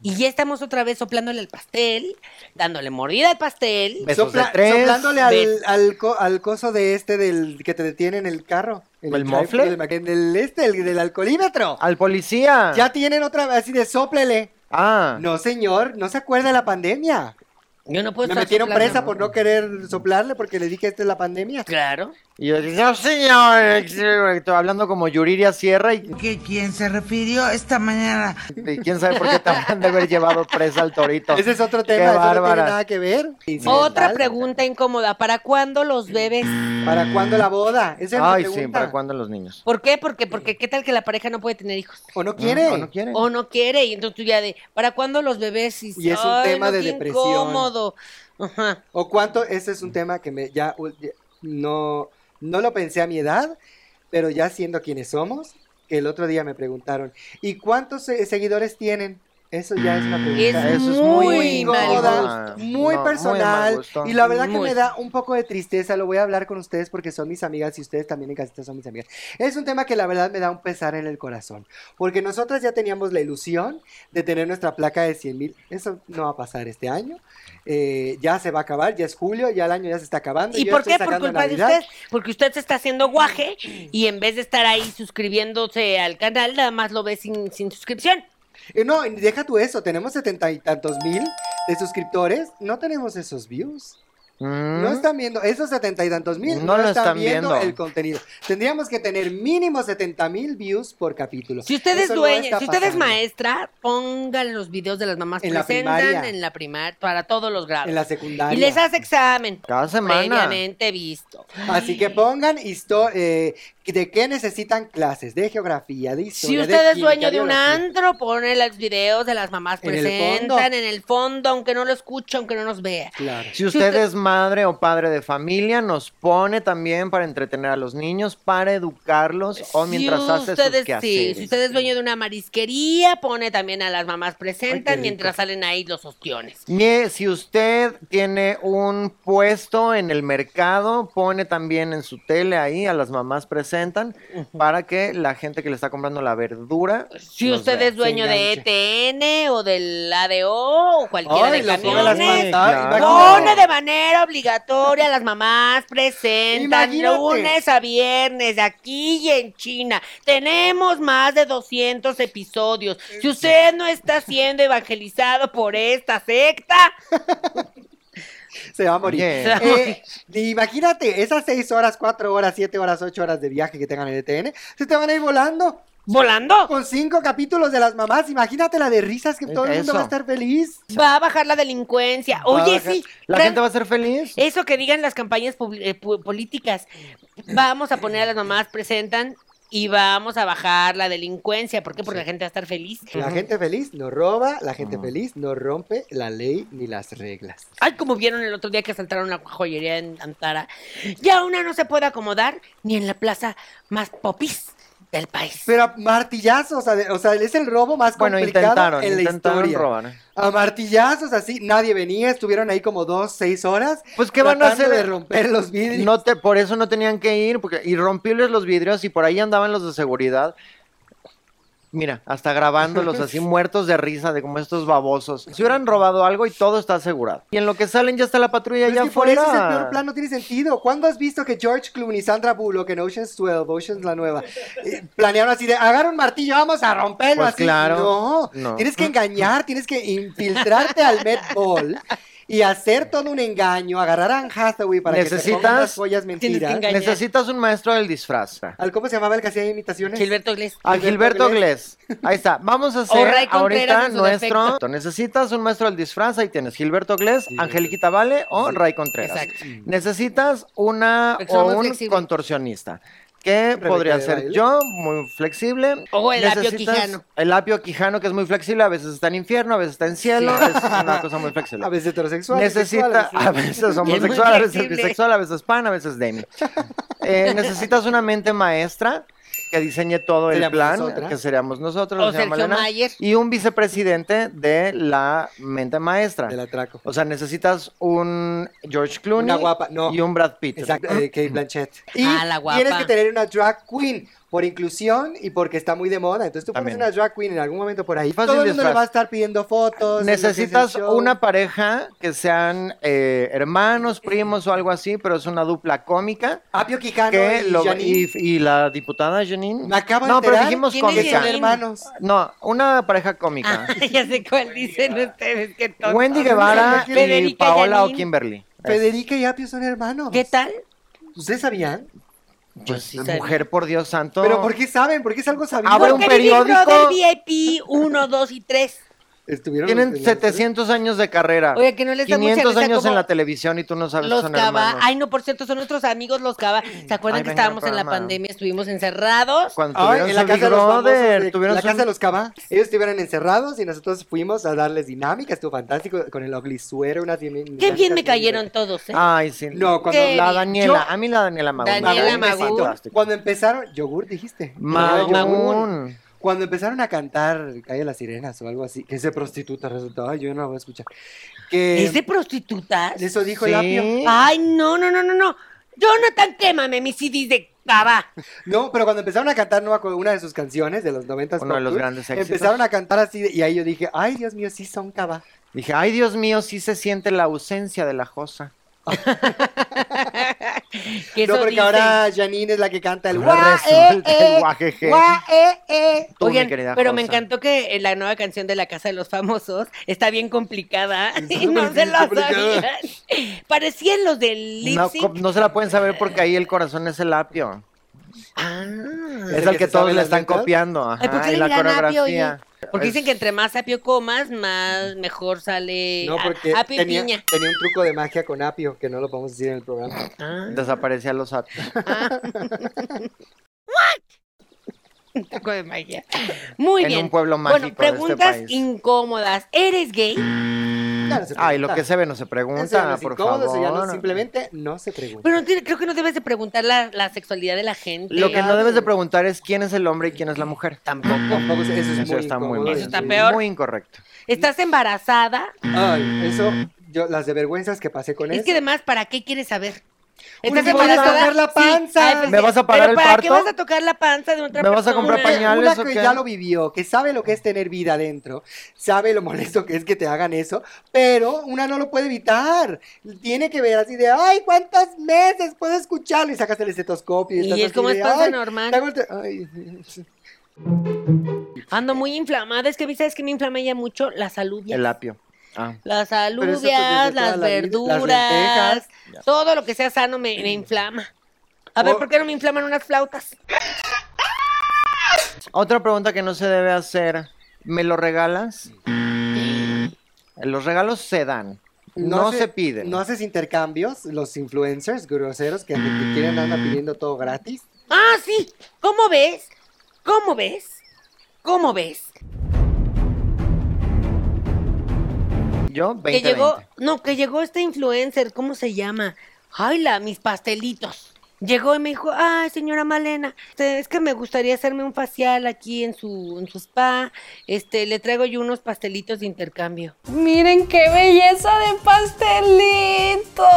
[SPEAKER 3] y ya estamos otra vez soplándole el pastel, dándole mordida al pastel.
[SPEAKER 6] Besos
[SPEAKER 5] Sopla-
[SPEAKER 6] de tres.
[SPEAKER 5] Soplándole
[SPEAKER 3] Ve-
[SPEAKER 5] al, al, co- al coso de este del que te detiene en el carro.
[SPEAKER 6] ¿El
[SPEAKER 5] drive-
[SPEAKER 6] mofle?
[SPEAKER 5] El, el- el este, el del alcoholímetro.
[SPEAKER 6] Al policía.
[SPEAKER 5] Ya tienen otra vez así de soplele.
[SPEAKER 6] Ah.
[SPEAKER 5] No, señor, no se acuerda de la pandemia.
[SPEAKER 3] Yo no puedo
[SPEAKER 5] Me
[SPEAKER 3] estar
[SPEAKER 5] metieron
[SPEAKER 3] soplando.
[SPEAKER 5] presa por no querer soplarle porque le dije esto es la pandemia.
[SPEAKER 3] Claro.
[SPEAKER 6] Y yo dije, no, señor. Estoy hablando como Yuriria Sierra y,
[SPEAKER 8] que quien se refirió esta mañana
[SPEAKER 6] y quién sabe por qué te han de haber llevado presa al torito.
[SPEAKER 5] Ese es otro tema,
[SPEAKER 6] Qué
[SPEAKER 5] eso no tiene
[SPEAKER 6] bárbara.
[SPEAKER 5] nada que ver.
[SPEAKER 3] Otra
[SPEAKER 5] Incidental.
[SPEAKER 3] pregunta incómoda. ¿Para cuándo los bebés?
[SPEAKER 5] ¿Para cuándo la boda? Esa es mi
[SPEAKER 6] Ay, sí,
[SPEAKER 5] pregunta.
[SPEAKER 6] ¿para cuándo los niños?
[SPEAKER 3] ¿Por qué? Porque, porque qué tal que la pareja no puede tener hijos.
[SPEAKER 5] ¿O no quiere?
[SPEAKER 6] Mm, ¿O no quieren?
[SPEAKER 3] O no quiere, y entonces tú ya de, ¿para cuándo los bebés?
[SPEAKER 5] Y es un
[SPEAKER 3] Ay,
[SPEAKER 5] tema
[SPEAKER 3] no,
[SPEAKER 5] de
[SPEAKER 3] qué
[SPEAKER 5] depresión.
[SPEAKER 3] incómodo. Ajá.
[SPEAKER 5] ¿O cuánto? Ese es un tema que me ya ul- ya- no, no lo pensé a mi edad, pero ya siendo quienes somos, que el otro día me preguntaron, ¿y cuántos eh, seguidores tienen? Eso ya es una pregunta.
[SPEAKER 3] Es
[SPEAKER 6] Eso es
[SPEAKER 3] muy
[SPEAKER 6] muy
[SPEAKER 3] mal
[SPEAKER 5] incómoda,
[SPEAKER 6] gusto.
[SPEAKER 5] muy
[SPEAKER 6] No, muy mal
[SPEAKER 5] personal.
[SPEAKER 6] gusto.
[SPEAKER 5] y la verdad que
[SPEAKER 3] Muy.
[SPEAKER 5] me da un poco de tristeza. Lo voy a hablar con ustedes porque son mis amigas y ustedes también en casita son mis amigas. Es un tema que la verdad me da un pesar en el corazón. Porque nosotras ya teníamos la ilusión de tener nuestra placa de 100 mil. Eso no va a pasar este año. Eh, ya se va a acabar, ya es julio, ya el año ya se está acabando.
[SPEAKER 3] ¿Y
[SPEAKER 5] yo
[SPEAKER 3] por
[SPEAKER 5] estoy
[SPEAKER 3] qué? Por
[SPEAKER 5] sacando
[SPEAKER 3] culpa
[SPEAKER 5] Navidad.
[SPEAKER 3] de usted. Porque usted se está haciendo guaje y en vez de estar ahí suscribiéndose al canal, nada más lo ve sin, sin suscripción.
[SPEAKER 5] Eh, no, y deja tú eso. Tenemos setenta y tantos mil de suscriptores. No tenemos esos views.
[SPEAKER 6] Mm.
[SPEAKER 5] No están viendo, esos setenta y tantos mil
[SPEAKER 6] No lo están viendo.
[SPEAKER 5] el contenido. Tendríamos que tener mínimo setenta mil views por capítulo.
[SPEAKER 3] Si usted es
[SPEAKER 5] Eso no
[SPEAKER 3] dueña,
[SPEAKER 5] está
[SPEAKER 3] si usted es
[SPEAKER 5] pasando.
[SPEAKER 3] maestra, pongan los videos de las mamás
[SPEAKER 5] En
[SPEAKER 3] que
[SPEAKER 5] la
[SPEAKER 3] presentan
[SPEAKER 5] primaria.
[SPEAKER 3] en la primaria, para todos los
[SPEAKER 5] En
[SPEAKER 3] grados.
[SPEAKER 5] la secundaria.
[SPEAKER 3] Y les hace examen.
[SPEAKER 6] Cada semana.
[SPEAKER 3] Previamente visto.
[SPEAKER 5] Así que pongan histo- eh, de qué necesitan clases, de geografía, de
[SPEAKER 3] Si
[SPEAKER 5] historia. de
[SPEAKER 3] usted es
[SPEAKER 5] química,
[SPEAKER 3] dueño de un
[SPEAKER 5] biología.
[SPEAKER 3] antro, pone los videos de las mamás
[SPEAKER 5] En el fondo.
[SPEAKER 3] presentan en el fondo, aunque no lo escuche, aunque no nos vea.
[SPEAKER 5] Claro.
[SPEAKER 6] Si usted
[SPEAKER 3] usted-
[SPEAKER 6] es madre o padre de familia, nos pone también para entretener a los niños, para educarlos o mientras hace sus
[SPEAKER 3] usted es- sí,
[SPEAKER 6] quehaceres.
[SPEAKER 3] si usted es dueño de una marisquería, pone también a las mamás presentan
[SPEAKER 5] rico.
[SPEAKER 3] mientras salen ahí los ostiones.
[SPEAKER 6] Nie- Si usted tiene un puesto en el mercado, pone también en su tele ahí, a las mamás presentan, para que la gente que le está comprando la verdura.
[SPEAKER 3] Si
[SPEAKER 6] nos
[SPEAKER 3] usted
[SPEAKER 6] vea.
[SPEAKER 3] es dueño de
[SPEAKER 5] enganche.
[SPEAKER 3] ETN o del ADO o cualquiera
[SPEAKER 5] Ay,
[SPEAKER 3] de
[SPEAKER 5] los jóvenes las
[SPEAKER 3] camiones,
[SPEAKER 5] mandan-
[SPEAKER 6] claro.
[SPEAKER 3] pone de manera obligatoria a las mamás presentan
[SPEAKER 5] Imagínate.
[SPEAKER 3] lunes a viernes aquí y en China. Tenemos más de 200 episodios. Si usted no está siendo evangelizado por esta secta,
[SPEAKER 5] Se va a morir.
[SPEAKER 6] Oye.
[SPEAKER 3] Se va a
[SPEAKER 5] Eh, imagínate, esas seis horas, cuatro horas, siete horas, ocho horas de viaje que tengan en el ETN, se te van a ir volando
[SPEAKER 3] volando.
[SPEAKER 5] con cinco capítulos de las mamás. Imagínate la de risas que todo el mundo
[SPEAKER 6] Eso.
[SPEAKER 5] va a estar feliz.
[SPEAKER 3] Va a bajar la delincuencia. Oye, sí.
[SPEAKER 6] La
[SPEAKER 3] Fran,
[SPEAKER 6] gente va a ser feliz.
[SPEAKER 3] Eso que digan las campañas publi- eh, pu- políticas. Vamos a poner a las mamás presentan y vamos a bajar la delincuencia. ¿Por qué? Porque la gente va a estar feliz.
[SPEAKER 5] La gente feliz no roba, la gente feliz no rompe la ley ni las reglas.
[SPEAKER 3] Ay, como vieron el otro día que asaltaron una joyería en Antara. Ya una no se puede acomodar ni en la plaza más popis del país.
[SPEAKER 5] Pero a martillazos, a de- o sea, es el robo más
[SPEAKER 6] Bueno,
[SPEAKER 5] complicado
[SPEAKER 6] intentaron,
[SPEAKER 5] en la
[SPEAKER 6] intentaron
[SPEAKER 5] historia.
[SPEAKER 6] robar.
[SPEAKER 5] A martillazos así, nadie venía, estuvieron ahí como dos, seis horas.
[SPEAKER 6] Pues, ¿qué van a
[SPEAKER 5] tratando
[SPEAKER 6] hacer?
[SPEAKER 5] de romper los vidrios?
[SPEAKER 6] No te, por eso no tenían que ir, porque irrompibles los vidrios y por ahí andaban los de seguridad. Mira, hasta grabándolos así muertos de risa de como estos babosos. Si hubieran robado algo y todo está asegurado. Y en lo que salen ya está la patrulla
[SPEAKER 5] Pero
[SPEAKER 6] allá
[SPEAKER 5] es que por eso es el
[SPEAKER 6] afuera.
[SPEAKER 5] peor plan, no tiene sentido. ¿Cuándo has visto que George Clooney, Sandra Bullock en Ocean's 12, Ocean's la nueva, eh, planearon así de, agarra un martillo, vamos a romperlo
[SPEAKER 6] Pues
[SPEAKER 5] así"?
[SPEAKER 6] claro,
[SPEAKER 5] No,
[SPEAKER 6] no.
[SPEAKER 5] tienes que engañar, tienes que infiltrarte al Met Ball y hacer todo un engaño, agarrar a Anne Hathaway para que te
[SPEAKER 6] Necesitas-
[SPEAKER 5] pongan las joyas
[SPEAKER 3] que
[SPEAKER 5] mentiras.
[SPEAKER 3] engañar.
[SPEAKER 6] Necesitas un maestro del disfraz.
[SPEAKER 5] ¿Al cómo se llamaba el que hacía imitaciones?
[SPEAKER 3] Gilberto Iglesias.
[SPEAKER 6] A Gilberto Glés. Ahí está. Vamos a
[SPEAKER 3] O
[SPEAKER 6] hacer
[SPEAKER 3] Ray Contreras
[SPEAKER 6] ahorita
[SPEAKER 3] en su
[SPEAKER 6] nuestro.
[SPEAKER 3] defecto.
[SPEAKER 6] Necesitas un maestro del disfraz. Ahí tienes Gilberto Glés, Angeliquita Vale o Ray Contreras.
[SPEAKER 3] Exacto.
[SPEAKER 6] Necesitas una
[SPEAKER 3] Porque son
[SPEAKER 6] o
[SPEAKER 3] muy
[SPEAKER 6] un
[SPEAKER 3] flexibles.
[SPEAKER 6] contorsionista. ¿Qué podría
[SPEAKER 5] de
[SPEAKER 6] ser
[SPEAKER 5] Baile.
[SPEAKER 6] yo? Muy flexible.
[SPEAKER 3] O el apio
[SPEAKER 6] Necesitas
[SPEAKER 3] quijano.
[SPEAKER 6] El apio quijano, que es muy flexible. A veces está en infierno, a veces está en cielo. Es una cosa muy flexible.
[SPEAKER 5] A veces heterosexual.
[SPEAKER 6] Necesita,
[SPEAKER 5] bisexual,
[SPEAKER 6] a
[SPEAKER 5] a veces-
[SPEAKER 6] veces
[SPEAKER 3] muy
[SPEAKER 6] homosexual, a veces
[SPEAKER 3] flexible.
[SPEAKER 6] bisexual, a veces pan, a veces demi. Eh, necesitas una mente maestra que diseñe todo el
[SPEAKER 5] Seríamos
[SPEAKER 6] plan,
[SPEAKER 5] nosotras.
[SPEAKER 6] que seríamos nosotros,
[SPEAKER 3] O
[SPEAKER 6] la señora
[SPEAKER 3] Sergio Mayer.
[SPEAKER 6] y un vicepresidente de la mente maestra.
[SPEAKER 5] Del atraco.
[SPEAKER 6] O sea, necesitas un George Clooney
[SPEAKER 5] Una guapa, no.
[SPEAKER 6] y un Brad Pitt.
[SPEAKER 5] Exacto, eh, Kate Blanchett. Y
[SPEAKER 3] Ah, la guapa.
[SPEAKER 5] tienes que tener una drag queen por inclusión y porque está muy de moda. Entonces tú pones
[SPEAKER 6] También.
[SPEAKER 5] una drag queen en algún momento por ahí.
[SPEAKER 6] Fácil
[SPEAKER 5] Todo el mundo le
[SPEAKER 6] disfraz.
[SPEAKER 5] va a estar pidiendo fotos.
[SPEAKER 6] Necesitas
[SPEAKER 5] en lo que es el show.
[SPEAKER 6] una pareja que sean eh, hermanos, primos o algo así, pero es una dupla cómica.
[SPEAKER 5] Apio Ah, Quijano
[SPEAKER 6] que
[SPEAKER 5] y
[SPEAKER 6] lo-
[SPEAKER 5] Janine.
[SPEAKER 6] y, y la diputada Janine.
[SPEAKER 5] Me acabo de
[SPEAKER 6] no, pero
[SPEAKER 5] enterar
[SPEAKER 6] dijimos
[SPEAKER 3] ¿Quién es
[SPEAKER 5] que son
[SPEAKER 6] cómica.
[SPEAKER 3] Janine?
[SPEAKER 5] hermanos.
[SPEAKER 6] No, una pareja cómica.
[SPEAKER 3] Ah, ya sé cuál dicen ustedes. Qué, tonto.
[SPEAKER 6] Wendy Guevara y
[SPEAKER 3] Federica
[SPEAKER 6] Paola
[SPEAKER 3] Janine.
[SPEAKER 6] o Kimberly.
[SPEAKER 5] Federica y Apio son hermanos.
[SPEAKER 3] ¿Qué tal?
[SPEAKER 5] ¿Ustedes sabían?
[SPEAKER 6] Pues
[SPEAKER 3] sí sabía.
[SPEAKER 6] mujer, por Dios santo.
[SPEAKER 5] ¿Pero por qué saben? ¿Por qué es algo sabido?
[SPEAKER 6] Abre un
[SPEAKER 3] Porque viví
[SPEAKER 6] periódico.
[SPEAKER 3] Brother VIP 1 2 y 3.
[SPEAKER 5] Estuvieron
[SPEAKER 6] Tienen
[SPEAKER 5] los- los-
[SPEAKER 6] 700 años de carrera.
[SPEAKER 3] Oye, que no les da mucha
[SPEAKER 6] 500
[SPEAKER 3] risa
[SPEAKER 6] años
[SPEAKER 3] como
[SPEAKER 6] en la televisión y tú no sabes que
[SPEAKER 3] Los
[SPEAKER 6] son
[SPEAKER 3] Cava.
[SPEAKER 6] hermanos.
[SPEAKER 3] Ay, no, por cierto, son nuestros amigos los Cava. ¿Se acuerdan
[SPEAKER 6] Ay,
[SPEAKER 3] que
[SPEAKER 6] venga,
[SPEAKER 3] estábamos en la
[SPEAKER 6] programa.
[SPEAKER 3] pandemia, estuvimos encerrados?
[SPEAKER 6] Cuando
[SPEAKER 5] Ay,
[SPEAKER 6] tuvieron
[SPEAKER 5] en la
[SPEAKER 6] su
[SPEAKER 5] casa de
[SPEAKER 6] Big
[SPEAKER 5] los famosos,
[SPEAKER 6] Brother,
[SPEAKER 5] de-
[SPEAKER 6] tuvieron
[SPEAKER 5] la
[SPEAKER 6] su-
[SPEAKER 5] casa de los Cava, ellos estuvieron encerrados y nosotros fuimos a darles dinámicas, estuvo fantástico, con el ugly sweater, unas dinámicas
[SPEAKER 3] Qué bien me
[SPEAKER 5] muy
[SPEAKER 3] cayeron todos, ¿eh?
[SPEAKER 6] Ay, sí.
[SPEAKER 5] No, cuando-
[SPEAKER 3] Qué
[SPEAKER 6] la
[SPEAKER 3] bien.
[SPEAKER 6] Daniela,
[SPEAKER 5] Yo-
[SPEAKER 6] a mí la Daniela Magún.
[SPEAKER 3] Eh, Daniela
[SPEAKER 6] me
[SPEAKER 3] Magún.
[SPEAKER 6] hizo
[SPEAKER 5] divertidas.
[SPEAKER 6] fantástico.
[SPEAKER 5] Cuando empezaron, yogur dijiste.
[SPEAKER 6] Magún.
[SPEAKER 5] Magún. Cuando empezaron a cantar Calle las Sirenas o algo así, que se prostituta resultó, ay, yo no la voy a escuchar. Que
[SPEAKER 3] ¿Es de prostitutas?
[SPEAKER 5] eso dijo
[SPEAKER 6] Sí.
[SPEAKER 5] el apio.
[SPEAKER 3] Ay, no, no, no, no, no. Jonathan, quémame mis CDs de Cava.
[SPEAKER 5] No, pero cuando empezaron a cantar no me acuerdo, una de sus canciones de los 90
[SPEAKER 6] Uno de los grandes éxitos.
[SPEAKER 5] Empezaron a cantar así de- y ahí yo dije, ay, Dios mío, sí son Cava.
[SPEAKER 6] Dije, ay, Dios mío, sí se siente la ausencia de la Josa.
[SPEAKER 3] Que
[SPEAKER 5] No,
[SPEAKER 3] eso
[SPEAKER 5] porque
[SPEAKER 3] dicen.
[SPEAKER 5] ahora Janine es la que canta
[SPEAKER 3] Ah,
[SPEAKER 5] el
[SPEAKER 6] Ahora
[SPEAKER 5] guau,
[SPEAKER 6] resulta
[SPEAKER 5] eh,
[SPEAKER 6] el guajeje.
[SPEAKER 5] guau, eh, eh.
[SPEAKER 6] Tú, mi
[SPEAKER 3] Oigan,
[SPEAKER 6] querida
[SPEAKER 3] pero me
[SPEAKER 6] Josa.
[SPEAKER 3] encantó que eh, la nueva canción de La Casa de los Famosos está bien complicada y
[SPEAKER 5] súper
[SPEAKER 3] no se la
[SPEAKER 5] complicada.
[SPEAKER 3] sabían. Parecían los del lip
[SPEAKER 6] No,
[SPEAKER 3] sync.
[SPEAKER 6] co- no se la pueden saber porque ahí el corazón es el apio.
[SPEAKER 3] Ah.
[SPEAKER 6] Es
[SPEAKER 5] el
[SPEAKER 6] el
[SPEAKER 5] que
[SPEAKER 6] que
[SPEAKER 5] se
[SPEAKER 6] todos
[SPEAKER 5] sabe
[SPEAKER 6] le
[SPEAKER 5] las
[SPEAKER 6] están
[SPEAKER 5] letras?
[SPEAKER 6] copiando.
[SPEAKER 3] Ay, ¿por
[SPEAKER 6] ajá,
[SPEAKER 3] qué
[SPEAKER 6] y
[SPEAKER 3] le
[SPEAKER 6] la
[SPEAKER 3] dirán apio, oye?
[SPEAKER 6] coreografía.
[SPEAKER 3] Porque dicen
[SPEAKER 6] Es-
[SPEAKER 3] que entre más apio comas, más mejor sale
[SPEAKER 5] No,
[SPEAKER 3] eh, a-
[SPEAKER 5] porque
[SPEAKER 3] apio y
[SPEAKER 5] tenía,
[SPEAKER 3] piña.
[SPEAKER 5] tenía un truco de magia con Apio que no lo podemos decir en el programa.
[SPEAKER 6] Ah. Desaparecían los apios.
[SPEAKER 3] Ah. Un poco de magia. Muy
[SPEAKER 6] En
[SPEAKER 3] bien.
[SPEAKER 6] un pueblo mágico de
[SPEAKER 3] Bueno,
[SPEAKER 6] este
[SPEAKER 3] preguntas
[SPEAKER 6] país.
[SPEAKER 3] incómodas. ¿Eres gay?
[SPEAKER 5] Ya no se
[SPEAKER 6] Mm. Ay, lo
[SPEAKER 5] pregunta.
[SPEAKER 6] que se ve no
[SPEAKER 5] Eso ya
[SPEAKER 6] se
[SPEAKER 5] no
[SPEAKER 6] pregunta,
[SPEAKER 5] es
[SPEAKER 6] por
[SPEAKER 5] incómodo, eso ya no-
[SPEAKER 6] favor.
[SPEAKER 5] simplemente no se pregunta.
[SPEAKER 3] Pero no tiene- creo que no debes de preguntar la, la sexualidad de la gente.
[SPEAKER 6] Lo que no debes de preguntar es quién es el hombre y quién es la mujer. Tampoco.
[SPEAKER 5] Tampoco se- eso es
[SPEAKER 6] Mm, Eso
[SPEAKER 5] muy
[SPEAKER 6] está muy
[SPEAKER 5] incómodo
[SPEAKER 6] mal.
[SPEAKER 5] y
[SPEAKER 3] Eso está
[SPEAKER 5] muy-
[SPEAKER 3] peor.
[SPEAKER 6] Muy incorrecto.
[SPEAKER 3] ¿Estás embarazada?
[SPEAKER 5] Ay, eso, yo, las de vergüenzas que pasé con
[SPEAKER 3] Es
[SPEAKER 5] eso.
[SPEAKER 3] que además, ¿para qué quieres saber?
[SPEAKER 5] Pues si voy a tocar la
[SPEAKER 3] Sí.
[SPEAKER 5] panza.
[SPEAKER 3] pues
[SPEAKER 6] ¿Me
[SPEAKER 3] sí.
[SPEAKER 6] vas a pagar
[SPEAKER 3] ¿Pero
[SPEAKER 6] el
[SPEAKER 3] para qué
[SPEAKER 6] parto?
[SPEAKER 3] vas a tocar la panza de otra persona?
[SPEAKER 6] ¿Me vas a comprar pañal?
[SPEAKER 5] Una-
[SPEAKER 6] ¿Pañales
[SPEAKER 5] una
[SPEAKER 6] o
[SPEAKER 5] que
[SPEAKER 6] qué?
[SPEAKER 5] ya lo vivió, que sabe lo que es tener vida adentro, sabe lo molesto que es que te hagan eso, pero una no lo puede evitar. Tiene que ver así de, ay, ¿cuántos meses puedo escucharlo? Y sacas el estetoscopio.
[SPEAKER 3] Y
[SPEAKER 5] estás
[SPEAKER 3] es
[SPEAKER 5] así
[SPEAKER 3] como
[SPEAKER 5] de,
[SPEAKER 3] es panza
[SPEAKER 5] "Ay,
[SPEAKER 3] normal".
[SPEAKER 5] tengo el te- ay".
[SPEAKER 3] Ando muy inflamada. Es que, a mí, ¿sabes que me inflama ya mucho? Las alubias.
[SPEAKER 6] El apio. Ah.
[SPEAKER 3] Las
[SPEAKER 5] Pero eso, pues, desde
[SPEAKER 3] alubias,
[SPEAKER 5] toda
[SPEAKER 3] las
[SPEAKER 5] la vida, las
[SPEAKER 3] verduras,
[SPEAKER 5] lentejas.
[SPEAKER 3] todo lo que sea sano me, me inflama. A ver,
[SPEAKER 5] Oh.
[SPEAKER 3] ¿por qué no me inflaman unas flautas?
[SPEAKER 6] Otra pregunta que no se debe hacer. ¿Me lo regalas? Eh, Los regalos se dan. No, se, piden.
[SPEAKER 5] No haces intercambios, los influencers groseros que, que quieren andar
[SPEAKER 6] Mm.
[SPEAKER 5] pidiendo todo gratis.
[SPEAKER 3] Ah, sí. ¿Cómo ves? ¿Cómo ves? ¿Cómo ves?
[SPEAKER 6] Yo, 20
[SPEAKER 3] Que llegó, no, que llegó este influencer, ¿cómo se llama? Ay, la, mis pastelitos. Llegó y me dijo, ay, señora Malena, este, es que me gustaría hacerme un facial aquí en su, en su spa. Este, le traigo yo unos pastelitos de intercambio.
[SPEAKER 7] Miren qué belleza de pastelito.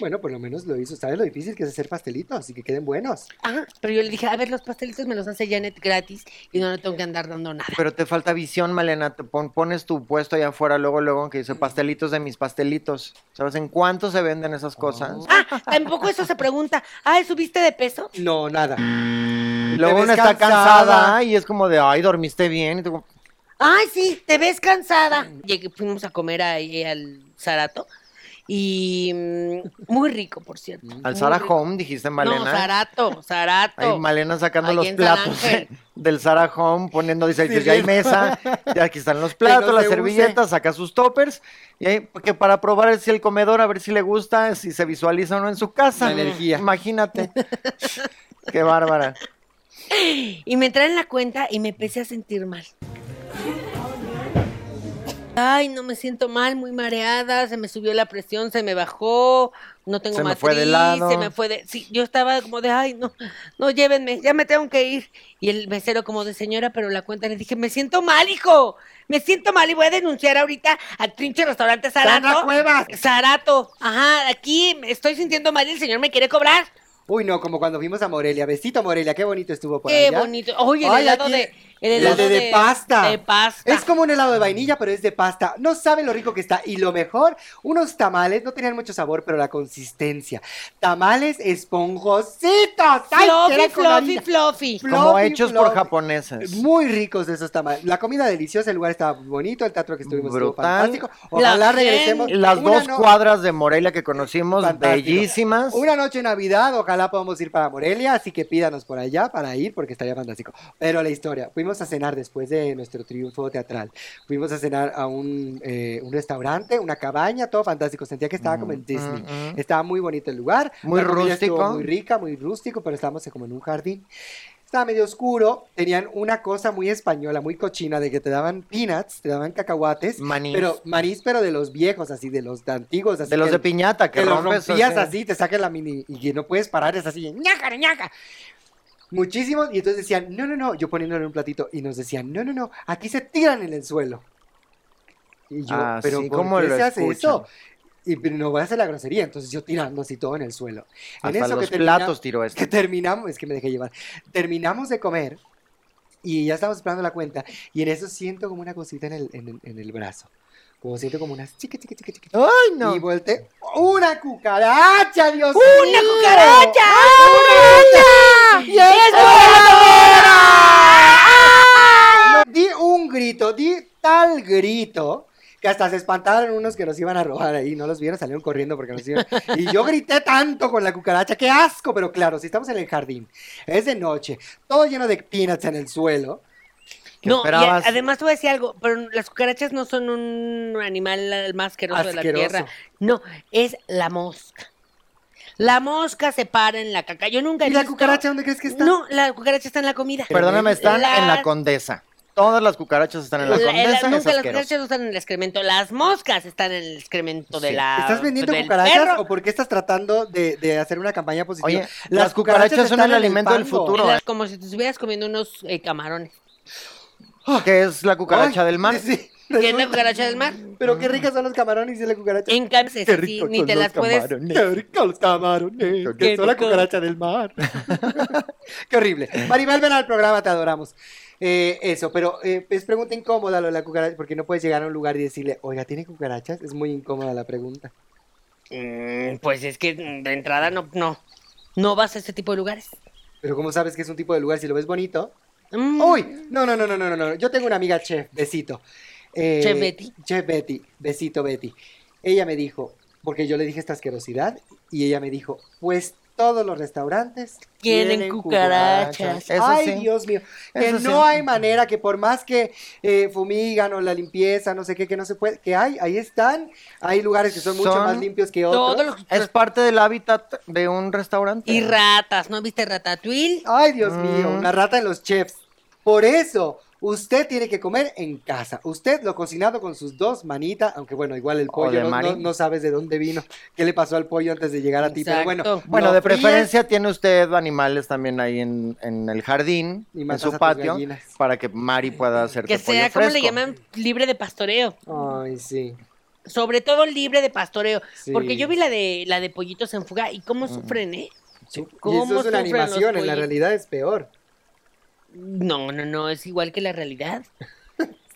[SPEAKER 5] Bueno, por lo menos lo hizo. ¿Sabes lo difícil que es hacer pastelitos y que queden buenos?
[SPEAKER 3] Ah, pero yo le dije, a ver, los pastelitos me los hace Janet gratis y no le tengo que andar dando nada.
[SPEAKER 6] Pero te falta visión, Malena. Te pon- pones tu puesto allá afuera, luego, luego, que dice pastelitos de mis pastelitos. ¿Sabes en cuánto se venden esas cosas?
[SPEAKER 5] Oh.
[SPEAKER 3] Ah, tampoco eso se pregunta. Ay, ¿subiste de peso?
[SPEAKER 5] No, nada.
[SPEAKER 6] Luego
[SPEAKER 5] Te
[SPEAKER 6] una
[SPEAKER 5] ves
[SPEAKER 6] está
[SPEAKER 5] cansada.
[SPEAKER 6] cansada y es como de, ay, dormiste bien. Y tú como,
[SPEAKER 3] Ay, sí, te ves cansada. Llegué- fuimos a comer ahí al Zarato. Y mm, muy rico, por cierto.
[SPEAKER 6] Al
[SPEAKER 3] muy
[SPEAKER 6] Sara
[SPEAKER 3] rico.
[SPEAKER 6] Home, dijiste,
[SPEAKER 3] No,
[SPEAKER 6] Malena.
[SPEAKER 3] Zarato, Zarato.
[SPEAKER 6] Ahí Malena sacando
[SPEAKER 3] Ahí
[SPEAKER 6] los
[SPEAKER 3] en San
[SPEAKER 6] platos
[SPEAKER 3] Ángel.
[SPEAKER 6] del Sara Home, poniendo, dice, pues ya hay mesa, ya aquí están los
[SPEAKER 5] Que
[SPEAKER 6] platos,
[SPEAKER 5] no
[SPEAKER 6] las
[SPEAKER 5] se
[SPEAKER 6] servilletas, saca sus toppers, y ahí, porque para probar si el comedor, a ver si le gusta, si se visualiza o no en su casa.
[SPEAKER 5] La energía.
[SPEAKER 6] Imagínate. Qué bárbara.
[SPEAKER 3] Y me traen la cuenta y me empecé a sentir mal. Ay, no me siento mal, muy mareada, se me subió la presión, se me bajó, no tengo
[SPEAKER 6] Se me
[SPEAKER 3] matriz,
[SPEAKER 6] fue de lado.
[SPEAKER 3] se me fue de... Sí, yo estaba como de, ay, no, no, llévenme, ya me tengo que ir. Y el mesero como de señora, pero la cuenta le dije, me siento mal, hijo, me siento mal y voy a denunciar ahorita al trinche restaurante Zarato.
[SPEAKER 5] Cuevas!
[SPEAKER 3] Zarato, ajá, aquí me estoy sintiendo mal y el señor me quiere cobrar.
[SPEAKER 5] Uy, no, como cuando fuimos a Morelia. Besito, Morelia, qué bonito estuvo por
[SPEAKER 3] Qué
[SPEAKER 5] allá.
[SPEAKER 3] bonito. Oye, el
[SPEAKER 5] Ay,
[SPEAKER 3] helado
[SPEAKER 5] aquí-
[SPEAKER 3] de. El
[SPEAKER 5] El
[SPEAKER 3] helado
[SPEAKER 5] de, de pasta.
[SPEAKER 3] De pasta.
[SPEAKER 5] Es como un helado de vainilla, pero es de pasta. No saben lo rico que está. Y lo mejor, unos tamales, no tenían mucho sabor, pero la consistencia. Tamales esponjositos. ¡Ay, que
[SPEAKER 3] Fluffy,
[SPEAKER 5] era con
[SPEAKER 3] fluffy,
[SPEAKER 5] harina!
[SPEAKER 3] fluffy.
[SPEAKER 6] Como
[SPEAKER 5] Fluffy,
[SPEAKER 6] hechos por
[SPEAKER 5] fluffy.
[SPEAKER 6] japoneses.
[SPEAKER 5] Muy ricos esos tamales. La comida deliciosa, el lugar estaba bonito, el teatro que estuvimos estuvo
[SPEAKER 6] Brutal.
[SPEAKER 5] fantástico. Ojalá
[SPEAKER 3] La
[SPEAKER 5] regresemos.
[SPEAKER 3] gente.
[SPEAKER 6] Las
[SPEAKER 5] Una
[SPEAKER 6] dos
[SPEAKER 5] no-
[SPEAKER 6] cuadras de Morelia que conocimos,
[SPEAKER 5] Fantástico.
[SPEAKER 6] bellísimas.
[SPEAKER 5] Una noche de Navidad, ojalá podamos ir para Morelia, así que pídanos por allá para ir porque estaría fantástico. Pero la historia, fuimos a cenar después de nuestro triunfo teatral. Fuimos a cenar a un, eh, un restaurante, una cabaña, todo fantástico. Sentía que estaba como en Disney.
[SPEAKER 6] mm, mm.
[SPEAKER 5] Estaba muy bonito el lugar.
[SPEAKER 6] Muy
[SPEAKER 5] la comida
[SPEAKER 6] rústico.
[SPEAKER 5] estuvo Muy rica, muy rústico, pero estábamos como en un jardín. Estaba medio oscuro, tenían una cosa muy española, muy cochina, de que te daban peanuts, te daban cacahuates,
[SPEAKER 6] Manís.
[SPEAKER 5] pero manís, pero de los viejos, así, de los antiguos, así
[SPEAKER 6] de los
[SPEAKER 5] que-
[SPEAKER 6] de piñata que,
[SPEAKER 5] que lo
[SPEAKER 6] rompes,
[SPEAKER 5] rompías
[SPEAKER 6] así.
[SPEAKER 5] así, te saques la mini y que no puedes parar, es así, ñaca, ñaca. Muchísimos, y entonces decían, no, no, no, yo poniéndole en un platito, y nos decían, no, no, no, aquí se tiran en el suelo. Y yo,
[SPEAKER 6] Ah,
[SPEAKER 5] pero
[SPEAKER 6] sí,
[SPEAKER 5] ¿por
[SPEAKER 6] ¿cómo
[SPEAKER 5] qué
[SPEAKER 6] lo
[SPEAKER 5] se hace
[SPEAKER 6] escuchan?
[SPEAKER 5] eso? Y pero no voy a hacer la grosería, entonces yo tirando así todo en el suelo. en
[SPEAKER 6] Hasta
[SPEAKER 5] eso
[SPEAKER 6] los
[SPEAKER 5] que termina-
[SPEAKER 6] platos tiró esto.
[SPEAKER 5] que terminamos, es que me dejé llevar, terminamos de comer y ya estamos esperando la cuenta, y en eso siento como una cosita en el, en el, en el brazo. Como siento como unas chiqui, chiqui, chiqui, chiqui,
[SPEAKER 6] ¡Ay, no!
[SPEAKER 5] y volteé. ¡Una cucaracha, Dios mío!
[SPEAKER 3] ¡Una cucaracha! ¡Una cucaracha! ¡Es
[SPEAKER 5] No, di un grito, di tal grito que hasta se espantaron unos que nos iban a robar ahí. No los vieron, salieron corriendo porque nos iban. Y yo grité tanto con la cucaracha, ¡qué asco! Pero claro, si estamos en el jardín, es de noche, todo lleno de peanuts en el suelo.
[SPEAKER 6] ¿Qué
[SPEAKER 3] No, y a-
[SPEAKER 6] esperabas?
[SPEAKER 3] además te voy a decir algo, pero las cucarachas no son un animal más asqueroso, de la
[SPEAKER 5] Asqueroso.
[SPEAKER 3] tierra. No, es la mosca. La mosca se para en la caca. Yo nunca he
[SPEAKER 5] ¿Y la
[SPEAKER 3] visto-
[SPEAKER 5] cucaracha dónde crees que está?
[SPEAKER 3] No, la cucaracha está en la comida.
[SPEAKER 6] Perdóname, están en la
[SPEAKER 3] Las-
[SPEAKER 6] condesa. Todas las cucarachas están en la
[SPEAKER 3] La- la-
[SPEAKER 6] condesa. es
[SPEAKER 3] nunca las
[SPEAKER 6] asqueroso.
[SPEAKER 3] cucarachas no están en el excremento. Las moscas están en el excremento de
[SPEAKER 6] Sí.
[SPEAKER 3] la.
[SPEAKER 5] ¿Estás vendiendo
[SPEAKER 3] del
[SPEAKER 5] cucarachas
[SPEAKER 3] perro.
[SPEAKER 5] o por qué estás tratando de, de hacer una campaña positiva?
[SPEAKER 6] Oye, las cucarachas son
[SPEAKER 5] están
[SPEAKER 6] el
[SPEAKER 5] en
[SPEAKER 6] alimento del
[SPEAKER 5] fango.
[SPEAKER 6] futuro.
[SPEAKER 3] Las- como si te estuvieras comiendo unos eh, camarones.
[SPEAKER 6] que es la cucaracha
[SPEAKER 5] Ay,
[SPEAKER 6] del mar. Mm.
[SPEAKER 5] sí,
[SPEAKER 3] ¿Qué es la
[SPEAKER 5] resulta-
[SPEAKER 3] cucaracha del mar?
[SPEAKER 5] Pero qué ricas son los camarones y la cucaracha.
[SPEAKER 3] En cambio, sí,
[SPEAKER 5] Qué
[SPEAKER 3] sí,
[SPEAKER 5] rico
[SPEAKER 3] ni te las puedes.
[SPEAKER 5] Qué rico los camarones.
[SPEAKER 6] Qué
[SPEAKER 5] Que son la
[SPEAKER 3] rico.
[SPEAKER 5] cucaracha del mar. Qué horrible. Maribel, ven al programa, te adoramos. Eh, eso, pero eh, es pregunta incómoda lo de la cucaracha, porque no puedes llegar a un lugar y decirle, oiga, ¿tiene cucarachas? Es muy incómoda la pregunta.
[SPEAKER 3] Mm, pues es que mm, de entrada no, no. No vas a este tipo de lugares.
[SPEAKER 5] Pero ¿cómo sabes que es un tipo de lugar si lo ves bonito?
[SPEAKER 3] Mm,
[SPEAKER 5] Uy, no, no, no, no, no, no, no. Yo tengo una amiga chef, besito. Eh,
[SPEAKER 3] Chef Betty.
[SPEAKER 5] Chef Betty, besito Betty. Ella me dijo, porque yo le dije esta asquerosidad, y ella me dijo, pues todos los restaurantes
[SPEAKER 3] Tienen cucarachas.
[SPEAKER 6] Eso
[SPEAKER 5] Ay,
[SPEAKER 6] sí.
[SPEAKER 5] Dios mío. Que
[SPEAKER 6] Eso sí.
[SPEAKER 5] no hay manera que por más que eh, fumigan o la limpieza, no sé qué, que no se puede, que hay, ahí están. Hay lugares que son, mucho
[SPEAKER 6] Son
[SPEAKER 5] más limpios que otros.
[SPEAKER 3] Todos los.
[SPEAKER 6] Es parte del hábitat de un restaurante.
[SPEAKER 3] Y ratas, ¿no viste Ratatouille?
[SPEAKER 5] Ay, Dios mío,
[SPEAKER 6] Mm.
[SPEAKER 5] una rata en los chefs. Por eso, usted tiene que comer en casa. Usted lo cocinado con sus dos manitas, aunque bueno, igual el
[SPEAKER 6] O
[SPEAKER 5] pollo
[SPEAKER 6] de
[SPEAKER 5] no,
[SPEAKER 6] Mari.
[SPEAKER 5] no- no sabes de dónde vino, qué le pasó al pollo antes de llegar a ti. Pero bueno,
[SPEAKER 3] Exacto.
[SPEAKER 6] Bueno,
[SPEAKER 5] lo
[SPEAKER 6] de
[SPEAKER 5] fríes
[SPEAKER 6] preferencia tiene usted animales también ahí en, en el jardín,
[SPEAKER 5] Y
[SPEAKER 6] en
[SPEAKER 5] matas a
[SPEAKER 6] su
[SPEAKER 5] tus
[SPEAKER 6] patio,
[SPEAKER 5] gallinas.
[SPEAKER 6] para que Mari pueda hacerte
[SPEAKER 3] Que sea,
[SPEAKER 6] pollo
[SPEAKER 3] ¿cómo le
[SPEAKER 6] fresco.
[SPEAKER 3] llaman? Libre de pastoreo.
[SPEAKER 5] Ay, sí.
[SPEAKER 3] Sobre todo libre de pastoreo.
[SPEAKER 5] Sí.
[SPEAKER 3] Porque yo vi la de la de pollitos en fuga y cómo sufren, ¿eh?
[SPEAKER 5] Y
[SPEAKER 3] ¿Cómo
[SPEAKER 5] eso
[SPEAKER 3] sufren
[SPEAKER 5] es una
[SPEAKER 3] los
[SPEAKER 5] animación, en la
[SPEAKER 3] pollitos?
[SPEAKER 5] realidad es peor.
[SPEAKER 3] No, no, no, es igual que la realidad.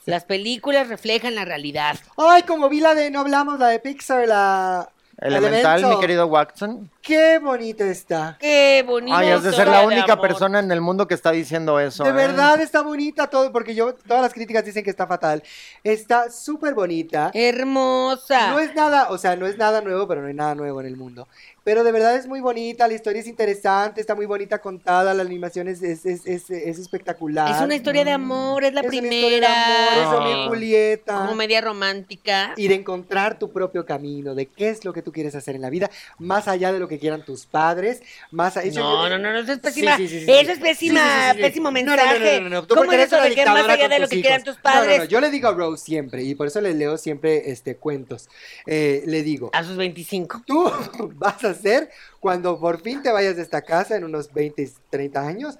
[SPEAKER 3] Las películas reflejan la realidad.
[SPEAKER 5] Ay, como vi la de, no hablamos, la de Pixar, la...
[SPEAKER 6] Elemental,
[SPEAKER 5] Elemento.
[SPEAKER 6] mi querido Watson.
[SPEAKER 5] qué bonito está.
[SPEAKER 3] Qué bonito.
[SPEAKER 6] Ay, has de ser la
[SPEAKER 3] Historia de
[SPEAKER 6] única
[SPEAKER 3] amor.
[SPEAKER 6] persona en el mundo que está diciendo eso.
[SPEAKER 5] de
[SPEAKER 6] ¿eh?
[SPEAKER 5] verdad está bonita todo, porque yo todas las críticas dicen que está fatal. Está súper bonita.
[SPEAKER 3] Hermosa.
[SPEAKER 5] No es nada, o sea, no es nada nuevo, pero no hay nada nuevo en el mundo. Pero de verdad es muy bonita, la historia es interesante, está muy bonita contada, la animación es, es, es, es- es espectacular. Mm.
[SPEAKER 3] Es una historia de amor, es la
[SPEAKER 5] Es una historia de
[SPEAKER 3] primera.
[SPEAKER 5] amor, es Romeo y Julieta.
[SPEAKER 3] Comedia romántica.
[SPEAKER 5] Y de encontrar tu propio camino, de qué es lo que tú quieres hacer en la vida, más allá de lo que quieran tus padres, más allá...
[SPEAKER 3] No, no, no, no, eso es
[SPEAKER 5] Sí,
[SPEAKER 3] pésima.
[SPEAKER 5] sí, sí, sí, sí.
[SPEAKER 3] eso es pésima,
[SPEAKER 5] Sí, sí, sí, sí.
[SPEAKER 3] pésimo
[SPEAKER 5] No, no, no,
[SPEAKER 3] mensaje.
[SPEAKER 5] no, no, no, tú
[SPEAKER 3] ¿Cómo
[SPEAKER 5] porque
[SPEAKER 3] es
[SPEAKER 5] eres
[SPEAKER 3] eso
[SPEAKER 5] una
[SPEAKER 3] de que más
[SPEAKER 5] dictadora
[SPEAKER 3] allá
[SPEAKER 5] con
[SPEAKER 3] de lo
[SPEAKER 5] tus
[SPEAKER 3] que quieran
[SPEAKER 5] hijos?
[SPEAKER 3] tus
[SPEAKER 5] No, no, no,
[SPEAKER 3] padres?
[SPEAKER 5] yo le digo a Rose siempre, y por eso le leo siempre este, cuentos. Eh, le digo,
[SPEAKER 3] A sus 25.
[SPEAKER 5] tú vas a ser, cuando por fin te vayas de esta casa en unos 20, 30 años,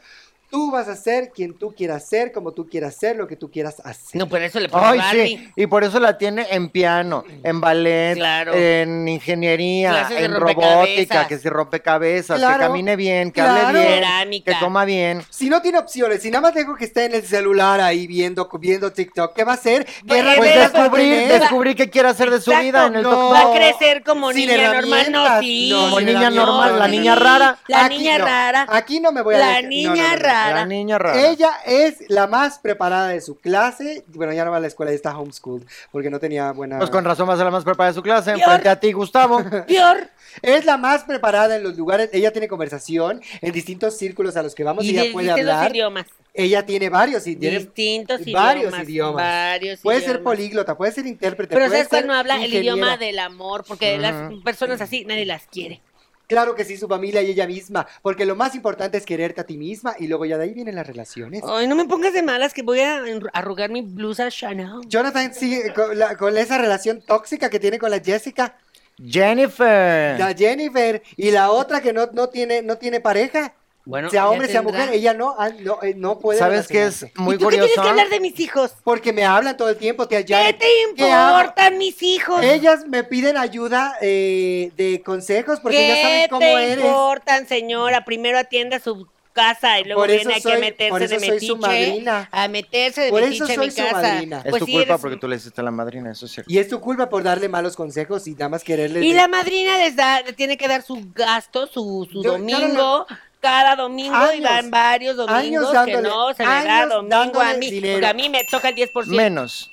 [SPEAKER 5] tú vas a ser quien tú quieras ser, como tú quieras ser, lo que tú quieras hacer.
[SPEAKER 3] No, por eso le pongo
[SPEAKER 6] Ay,
[SPEAKER 3] Barbie.
[SPEAKER 6] sí. Y por eso la tiene en piano, en ballet,
[SPEAKER 3] Claro.
[SPEAKER 6] en ingeniería,
[SPEAKER 3] Clases de
[SPEAKER 6] en
[SPEAKER 3] rompecabezas.
[SPEAKER 6] robótica, que si rompecabezas,
[SPEAKER 5] Claro.
[SPEAKER 6] que camine bien, que
[SPEAKER 5] Claro.
[SPEAKER 6] hable bien,
[SPEAKER 3] Cerámica.
[SPEAKER 6] que coma bien.
[SPEAKER 5] Si no tiene opciones, si nada más tengo que estar en el celular ahí viendo, viendo TikTok, ¿qué va a hacer? ¿Qué
[SPEAKER 3] Pues,
[SPEAKER 5] herramientas
[SPEAKER 6] Pues
[SPEAKER 3] Pero
[SPEAKER 5] va a
[SPEAKER 6] descubrir,
[SPEAKER 5] tener?
[SPEAKER 6] descubrir qué quiere hacer de su
[SPEAKER 3] Exacto,
[SPEAKER 6] vida en el
[SPEAKER 5] no.
[SPEAKER 6] toc-
[SPEAKER 3] Va a crecer como
[SPEAKER 5] Sin
[SPEAKER 3] niña normal, no,
[SPEAKER 5] herramientas.
[SPEAKER 3] sí.
[SPEAKER 5] No,
[SPEAKER 6] Como
[SPEAKER 5] sin
[SPEAKER 6] niña
[SPEAKER 5] herramientas.
[SPEAKER 6] normal, la
[SPEAKER 3] Sí,
[SPEAKER 6] niña rara.
[SPEAKER 3] La
[SPEAKER 5] Aquí
[SPEAKER 3] niña
[SPEAKER 5] no,
[SPEAKER 3] rara.
[SPEAKER 5] Aquí no me voy a
[SPEAKER 3] La
[SPEAKER 5] dejar- no,
[SPEAKER 3] niña
[SPEAKER 5] no, no, no.
[SPEAKER 3] rara.
[SPEAKER 6] La niña rara.
[SPEAKER 5] Ella es la más preparada de su clase. Bueno, ya no va a la escuela, ya está homeschooled, porque no tenía buena...
[SPEAKER 6] Pues con razón va a ser la más preparada de su clase,
[SPEAKER 3] Peor.
[SPEAKER 6] frente a ti, Gustavo.
[SPEAKER 3] Peor.
[SPEAKER 5] Es la más preparada en los lugares. Ella tiene conversación en distintos círculos a los que vamos.
[SPEAKER 3] Y
[SPEAKER 5] ella
[SPEAKER 3] de
[SPEAKER 5] puede
[SPEAKER 3] distintos
[SPEAKER 5] hablar.
[SPEAKER 3] idiomas.
[SPEAKER 5] Ella tiene varios idiomas.
[SPEAKER 3] Distintos
[SPEAKER 5] varios
[SPEAKER 3] idiomas.
[SPEAKER 5] idiomas.
[SPEAKER 3] Varios
[SPEAKER 5] Puede ser
[SPEAKER 3] idiomas.
[SPEAKER 5] políglota, puede ser intérprete.
[SPEAKER 3] Pero
[SPEAKER 5] puede
[SPEAKER 3] ¿sabes cuál
[SPEAKER 5] ser
[SPEAKER 3] no habla? El
[SPEAKER 5] ingeniera. Ah,
[SPEAKER 3] idioma del amor, porque las personas así nadie las quiere.
[SPEAKER 5] Claro que sí, su familia y ella misma. Porque lo más importante es quererte a ti misma y luego ya de ahí vienen las relaciones.
[SPEAKER 3] Ay, no me pongas de malas que voy a enru- arrugar mi blusa Chanel.
[SPEAKER 5] Jonathan sigue con, la- con esa relación tóxica que tiene con la Jessica,
[SPEAKER 6] Jennifer.
[SPEAKER 5] la Jennifer y la otra que no, no, tiene, no tiene pareja.
[SPEAKER 3] Bueno,
[SPEAKER 5] sea
[SPEAKER 3] ella
[SPEAKER 5] hombre, sea
[SPEAKER 3] tendrá.
[SPEAKER 5] mujer, ella no, ah, no, eh, no puede.
[SPEAKER 6] ¿Sabes qué es
[SPEAKER 5] relacionarse.
[SPEAKER 6] muy
[SPEAKER 3] ¿Y tú qué
[SPEAKER 6] curioso?
[SPEAKER 3] tienes que hablar de mis hijos?
[SPEAKER 5] Porque me hablan todo el tiempo, te
[SPEAKER 3] ¿Qué
[SPEAKER 5] hallan.
[SPEAKER 3] te
[SPEAKER 5] hablan?
[SPEAKER 3] importan mis hijos?
[SPEAKER 5] Ellas me piden ayuda eh, de consejos porque ya
[SPEAKER 3] ¿Qué
[SPEAKER 5] saben cómo
[SPEAKER 3] te
[SPEAKER 5] eres.
[SPEAKER 3] importan, señora? Primero atienda su casa y luego
[SPEAKER 5] Por eso
[SPEAKER 3] viene aquí a
[SPEAKER 5] soy-
[SPEAKER 3] meterse
[SPEAKER 5] por eso
[SPEAKER 3] de
[SPEAKER 5] soy
[SPEAKER 3] metiche.
[SPEAKER 5] su madrina.
[SPEAKER 3] A meterse de
[SPEAKER 5] Por eso
[SPEAKER 3] metiche en
[SPEAKER 5] soy
[SPEAKER 3] mi
[SPEAKER 5] su
[SPEAKER 3] casa.
[SPEAKER 5] madrina.
[SPEAKER 6] Es
[SPEAKER 3] Pues
[SPEAKER 6] tu
[SPEAKER 3] sí,
[SPEAKER 6] culpa
[SPEAKER 3] eres-
[SPEAKER 6] porque tú le hiciste a la madrina, eso es cierto.
[SPEAKER 5] Y es tu culpa por darle malos consejos y nada más quererle.
[SPEAKER 3] Y la madrina les da, le tiene que dar su gasto, su, su
[SPEAKER 5] Yo-
[SPEAKER 3] domingo.
[SPEAKER 5] no,
[SPEAKER 3] Cada domingo y
[SPEAKER 5] Años,
[SPEAKER 3] van varios domingos
[SPEAKER 5] años
[SPEAKER 3] que
[SPEAKER 5] dándole,
[SPEAKER 3] no se me da
[SPEAKER 5] años
[SPEAKER 3] domingo a
[SPEAKER 5] dándole
[SPEAKER 3] mí.
[SPEAKER 5] dinero.
[SPEAKER 3] Porque a mí me toca el 10%.
[SPEAKER 6] Menos,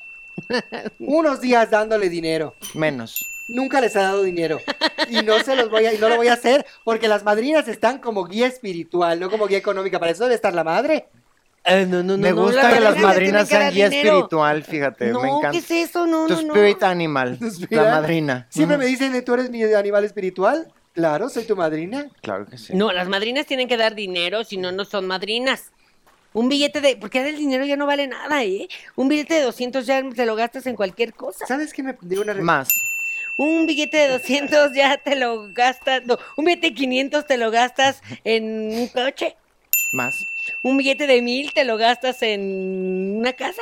[SPEAKER 5] Unos días dándole dinero.
[SPEAKER 6] menos.
[SPEAKER 5] Nunca les ha dado dinero. Y no se los voy a, y no lo voy a hacer porque las madrinas están como guía espiritual, no como guía económica. Para eso debe estar la madre.
[SPEAKER 6] me
[SPEAKER 3] no,
[SPEAKER 6] gusta
[SPEAKER 3] las
[SPEAKER 6] que
[SPEAKER 3] madrinas
[SPEAKER 6] las
[SPEAKER 3] le tienen
[SPEAKER 6] madrinas
[SPEAKER 3] que dar
[SPEAKER 6] sean guía
[SPEAKER 3] dinero.
[SPEAKER 6] espiritual, fíjate, me
[SPEAKER 3] no,
[SPEAKER 6] encanta.
[SPEAKER 3] ¿qué es eso? No,
[SPEAKER 6] tu
[SPEAKER 3] no, no.
[SPEAKER 6] spirit animal, la madrina.
[SPEAKER 3] Mm.
[SPEAKER 6] Mm,
[SPEAKER 5] Siempre me dicen, ¿tú eres mi animal espiritual? Claro, soy tu madrina.
[SPEAKER 6] Claro que sí.
[SPEAKER 3] No, las madrinas tienen que dar dinero, si no, no son madrinas. Un billete de. Porque ahora el dinero ya no vale nada, ¿eh? Un billete de 200 ya te lo gastas en cualquier cosa.
[SPEAKER 5] ¿Sabes qué me dio una re-
[SPEAKER 6] Más.
[SPEAKER 3] Un billete de 200 ya te lo gastas. No, un billete de 500 te lo gastas en un coche.
[SPEAKER 6] Más.
[SPEAKER 3] Un billete de 1000 te lo gastas en una casa.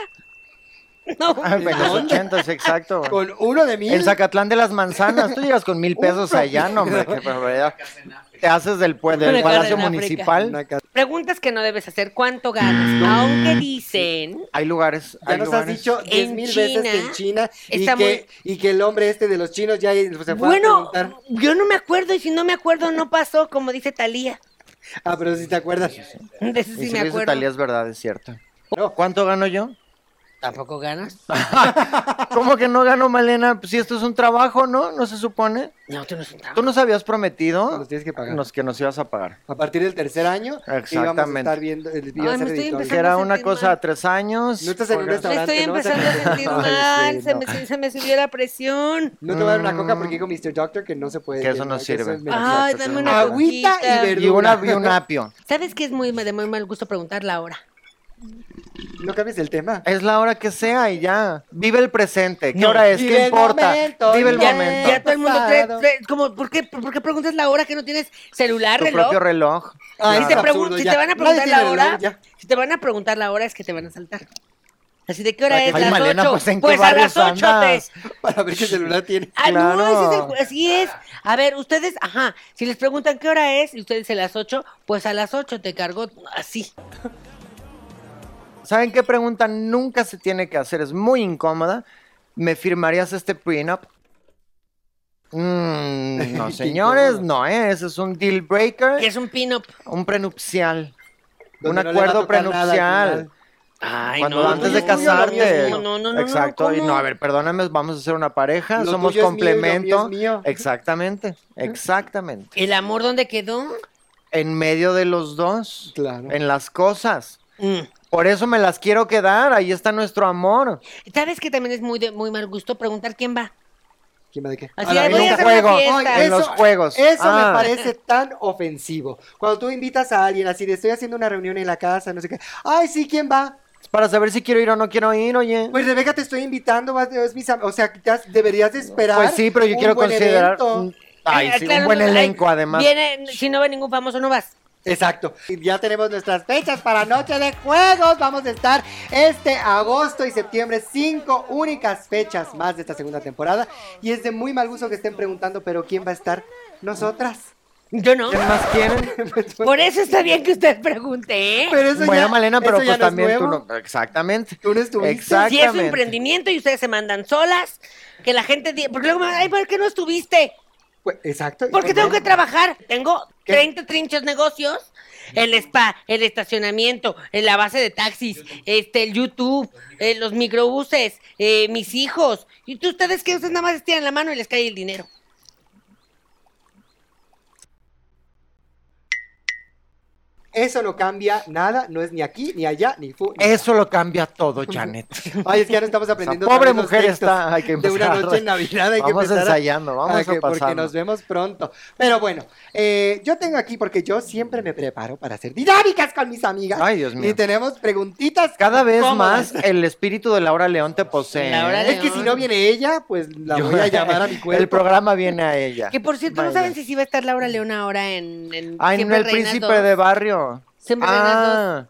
[SPEAKER 3] No.
[SPEAKER 6] Ah, En los ochentas, exacto.
[SPEAKER 5] Con uno de mil.
[SPEAKER 6] En Zacatlán de las Manzanas, tú llegas con mil pesos allá, no, hombre, qué barbaridad. Te haces del, pue- del
[SPEAKER 3] Una casa
[SPEAKER 6] Palacio
[SPEAKER 3] en África.
[SPEAKER 6] Municipal.
[SPEAKER 5] Una ca-
[SPEAKER 3] Preguntas que no debes hacer. ¿Cuánto ganas? Aunque dicen.
[SPEAKER 6] Hay lugares,
[SPEAKER 5] Ya
[SPEAKER 6] hay
[SPEAKER 5] nos has
[SPEAKER 6] lugares.
[SPEAKER 5] dicho diez
[SPEAKER 3] En
[SPEAKER 5] mil veces que en China y
[SPEAKER 3] está
[SPEAKER 5] que, y que el hombre este de los chinos ya se fue a
[SPEAKER 3] Bueno,
[SPEAKER 5] preguntar.
[SPEAKER 3] yo no me acuerdo y si no me acuerdo no pasó, como dice Talía.
[SPEAKER 5] Ah, pero si te acuerdas.
[SPEAKER 3] De eso
[SPEAKER 6] Y
[SPEAKER 3] sí
[SPEAKER 6] si
[SPEAKER 3] me
[SPEAKER 6] lo dice
[SPEAKER 3] acuerdo.
[SPEAKER 6] Talía, es verdad, es cierto.
[SPEAKER 5] No.
[SPEAKER 6] ¿Cuánto gano yo?
[SPEAKER 3] Tampoco ganas.
[SPEAKER 6] ¿Cómo que no gano, Malena? Pues si esto es un trabajo, ¿no? ¿No se supone?
[SPEAKER 3] No, tú no es un trabajo.
[SPEAKER 6] ¿Tú nos habías prometido
[SPEAKER 5] Nos tienes que pagar.
[SPEAKER 6] nos- que nos ibas a pagar?
[SPEAKER 5] A partir del tercer año íbamos a
[SPEAKER 6] Exactamente.
[SPEAKER 5] estar viendo el video
[SPEAKER 3] Ay, me estoy
[SPEAKER 6] Que
[SPEAKER 3] empezando-
[SPEAKER 6] era
[SPEAKER 3] Déjame
[SPEAKER 6] una
[SPEAKER 3] sentir
[SPEAKER 6] cosa
[SPEAKER 3] mal.
[SPEAKER 6] a tres años.
[SPEAKER 5] No estás en un
[SPEAKER 6] Porque-
[SPEAKER 3] Me
[SPEAKER 5] restaurante,
[SPEAKER 3] estoy
[SPEAKER 5] no vas a-
[SPEAKER 3] empezando a sentir
[SPEAKER 5] Ay, sí,
[SPEAKER 3] mal, se,
[SPEAKER 5] no.
[SPEAKER 3] me, se me subió la presión.
[SPEAKER 5] No te voy a dar una coca porque digo Mr. Doctor que no se puede.
[SPEAKER 6] Mm. Que eso no
[SPEAKER 5] que
[SPEAKER 6] sirve. Ah,
[SPEAKER 5] es mentira.
[SPEAKER 3] Ay, dame Ah, una
[SPEAKER 5] Agüita
[SPEAKER 3] coquita.
[SPEAKER 5] y verdura.
[SPEAKER 6] Y, una, y un apio.
[SPEAKER 3] ¿Sabes que es muy, de muy mal gusto preguntar la hora?
[SPEAKER 5] No cambies el tema.
[SPEAKER 6] Es la hora que sea y ya. Vive el presente. ¿Qué
[SPEAKER 5] No.
[SPEAKER 6] hora es?
[SPEAKER 5] Vive el
[SPEAKER 6] ¿Qué importa?
[SPEAKER 5] momento,
[SPEAKER 6] Vive el
[SPEAKER 5] ya-
[SPEAKER 6] momento.
[SPEAKER 3] Ya todo el mundo trae,
[SPEAKER 5] Pasado.
[SPEAKER 3] trae- como, ¿por qué, ¿por qué preguntas la hora que no tienes celular,
[SPEAKER 6] tu
[SPEAKER 3] reloj?
[SPEAKER 6] propio reloj.
[SPEAKER 5] Ah,
[SPEAKER 3] si,
[SPEAKER 5] es
[SPEAKER 3] te
[SPEAKER 5] absurdo,
[SPEAKER 3] pregun- si
[SPEAKER 5] ya.
[SPEAKER 3] te van a
[SPEAKER 5] Nadie
[SPEAKER 3] preguntar
[SPEAKER 5] tiene
[SPEAKER 3] la
[SPEAKER 5] reloj,
[SPEAKER 3] hora,
[SPEAKER 5] ya.
[SPEAKER 3] si te van a preguntar la hora es que te van a saltar. Así de qué hora
[SPEAKER 5] Ay,
[SPEAKER 3] es, las
[SPEAKER 6] Malena,
[SPEAKER 3] ocho.
[SPEAKER 6] pues, ¿en qué
[SPEAKER 3] a las
[SPEAKER 6] barrios
[SPEAKER 3] ocho te,
[SPEAKER 6] andas?
[SPEAKER 5] Para ver qué celular tiene.
[SPEAKER 3] Ah, no, ese es el
[SPEAKER 6] Claro.
[SPEAKER 3] ju- así es. A ver, ustedes, ajá, si les preguntan qué hora es y ustedes dicen las 8, pues a las 8 te cargó así.
[SPEAKER 6] ¿Saben qué pregunta nunca se tiene que hacer? Es muy incómoda. ¿Me firmarías este prenup? Mm, no, señores, no, ¿eh? Ese es un deal breaker.
[SPEAKER 3] Que es un pin-up.
[SPEAKER 6] un prenupcial. Un
[SPEAKER 5] Donde no le va a
[SPEAKER 6] acuerdo
[SPEAKER 5] tocar nada al
[SPEAKER 6] prenupcial.
[SPEAKER 5] final.
[SPEAKER 3] Ay,
[SPEAKER 6] Cuando
[SPEAKER 3] no.
[SPEAKER 6] antes
[SPEAKER 3] lo
[SPEAKER 6] de
[SPEAKER 3] mío es mío, lo mío es
[SPEAKER 6] casarte.
[SPEAKER 3] mío. No, no, no.
[SPEAKER 6] Exacto. y no, a ver, perdóname, vamos a ser una pareja,
[SPEAKER 5] Lo
[SPEAKER 6] somos
[SPEAKER 5] tuyo es mío y lo mío
[SPEAKER 6] complemento.
[SPEAKER 5] es mío.
[SPEAKER 6] Exactamente, exactamente.
[SPEAKER 3] ¿El amor dónde quedó?
[SPEAKER 6] En medio de los dos,
[SPEAKER 5] Claro.
[SPEAKER 6] en las cosas.
[SPEAKER 3] Mm.
[SPEAKER 6] Por eso me las quiero quedar, ahí está nuestro amor.
[SPEAKER 3] ¿Sabes que también es muy, de, muy mal gusto preguntar quién va?
[SPEAKER 5] ¿Quién va de qué?
[SPEAKER 3] Así
[SPEAKER 6] A
[SPEAKER 3] de,
[SPEAKER 6] la
[SPEAKER 3] voy a
[SPEAKER 6] vida.
[SPEAKER 3] hacer
[SPEAKER 6] Juego.
[SPEAKER 3] una
[SPEAKER 5] Ay,
[SPEAKER 3] fiesta.
[SPEAKER 6] en los juegos.
[SPEAKER 5] Eso
[SPEAKER 6] Ah.
[SPEAKER 5] me parece tan ofensivo. Cuando tú invitas a alguien así de estoy haciendo una reunión en la casa, no sé qué. Ay, sí, ¿quién va?
[SPEAKER 6] Es para saber si quiero ir o no quiero ir, oye.
[SPEAKER 5] Pues Rebeca, te estoy invitando, vas- es mis am- o sea, ya deberías de esperar.
[SPEAKER 6] Pues sí, pero yo
[SPEAKER 5] un
[SPEAKER 6] quiero
[SPEAKER 5] buen
[SPEAKER 6] considerar
[SPEAKER 5] evento.
[SPEAKER 6] un, ay,
[SPEAKER 3] Ah,
[SPEAKER 6] sí,
[SPEAKER 3] claro,
[SPEAKER 6] un buen
[SPEAKER 3] no, ay,
[SPEAKER 6] elenco además.
[SPEAKER 3] viene- si no va ningún famoso, no vas.
[SPEAKER 5] Exacto. Y Ya tenemos nuestras fechas para Noche de Juegos. Vamos a estar este agosto y septiembre, cinco únicas fechas más de esta segunda temporada. Y es de muy mal gusto que estén preguntando, pero ¿quién va a estar? Nosotras. Pues
[SPEAKER 3] Yo no.
[SPEAKER 6] ¿Quién más quieren?
[SPEAKER 3] Por eso está bien que usted pregunte, ¿eh?
[SPEAKER 5] Pero eso
[SPEAKER 6] bueno,
[SPEAKER 5] ya-
[SPEAKER 6] Malena,
[SPEAKER 5] eso
[SPEAKER 6] pero
[SPEAKER 5] ya
[SPEAKER 6] pues
[SPEAKER 5] no es
[SPEAKER 6] también tú
[SPEAKER 5] nuevo.
[SPEAKER 6] no. Exactamente.
[SPEAKER 5] Tú no estuviste.
[SPEAKER 3] Si es su
[SPEAKER 6] Exactamente.
[SPEAKER 3] emprendimiento y ustedes se mandan solas, que la gente diga, porque luego me van, ay, ¿por qué no estuviste?
[SPEAKER 5] Pues, exacto.
[SPEAKER 3] Porque tengo que trabajar. Tengo
[SPEAKER 5] ¿Qué?
[SPEAKER 3] 30 trinchos negocios, el spa, el estacionamiento, eh, la base de taxis, este, el YouTube, eh, los microbuses, eh, mis hijos. Y tú, ustedes que ustedes nada más estiran la mano y les cae el dinero.
[SPEAKER 5] Eso no cambia nada, no es ni aquí, ni allá, ni fu. ni-
[SPEAKER 6] Eso lo cambia todo, Janet.
[SPEAKER 5] Ay, es que ya no estamos aprendiendo.
[SPEAKER 6] pobre
[SPEAKER 5] también los
[SPEAKER 6] mujer
[SPEAKER 5] textos
[SPEAKER 6] está, hay que
[SPEAKER 5] De una
[SPEAKER 6] empezar.
[SPEAKER 5] noche en Navidad hay
[SPEAKER 6] Vamos
[SPEAKER 5] que empezar. a-
[SPEAKER 6] ensayando, vamos a
[SPEAKER 5] que- Porque
[SPEAKER 6] pasarlo.
[SPEAKER 5] nos vemos pronto. Pero bueno, eh, yo tengo aquí, porque yo siempre me preparo para hacer dinámicas con mis amigas.
[SPEAKER 6] Ay, Dios mío.
[SPEAKER 5] Y tenemos preguntitas.
[SPEAKER 6] Cada vez
[SPEAKER 5] cómodas.
[SPEAKER 6] más el espíritu de Laura León te posee.
[SPEAKER 3] Laura
[SPEAKER 6] ¿eh?
[SPEAKER 5] Es que si no viene ella, pues la
[SPEAKER 6] Yo-
[SPEAKER 5] voy a llamar a mi cuerpo.
[SPEAKER 6] El programa viene a ella.
[SPEAKER 3] Que por cierto, no
[SPEAKER 6] Vaya.
[SPEAKER 3] saben si sí va a estar Laura León ahora en. en
[SPEAKER 6] Ay, no,
[SPEAKER 3] Siempre
[SPEAKER 6] el
[SPEAKER 3] Reinas
[SPEAKER 6] príncipe
[SPEAKER 3] 2.
[SPEAKER 6] de barrio.
[SPEAKER 3] Siempre
[SPEAKER 6] ah.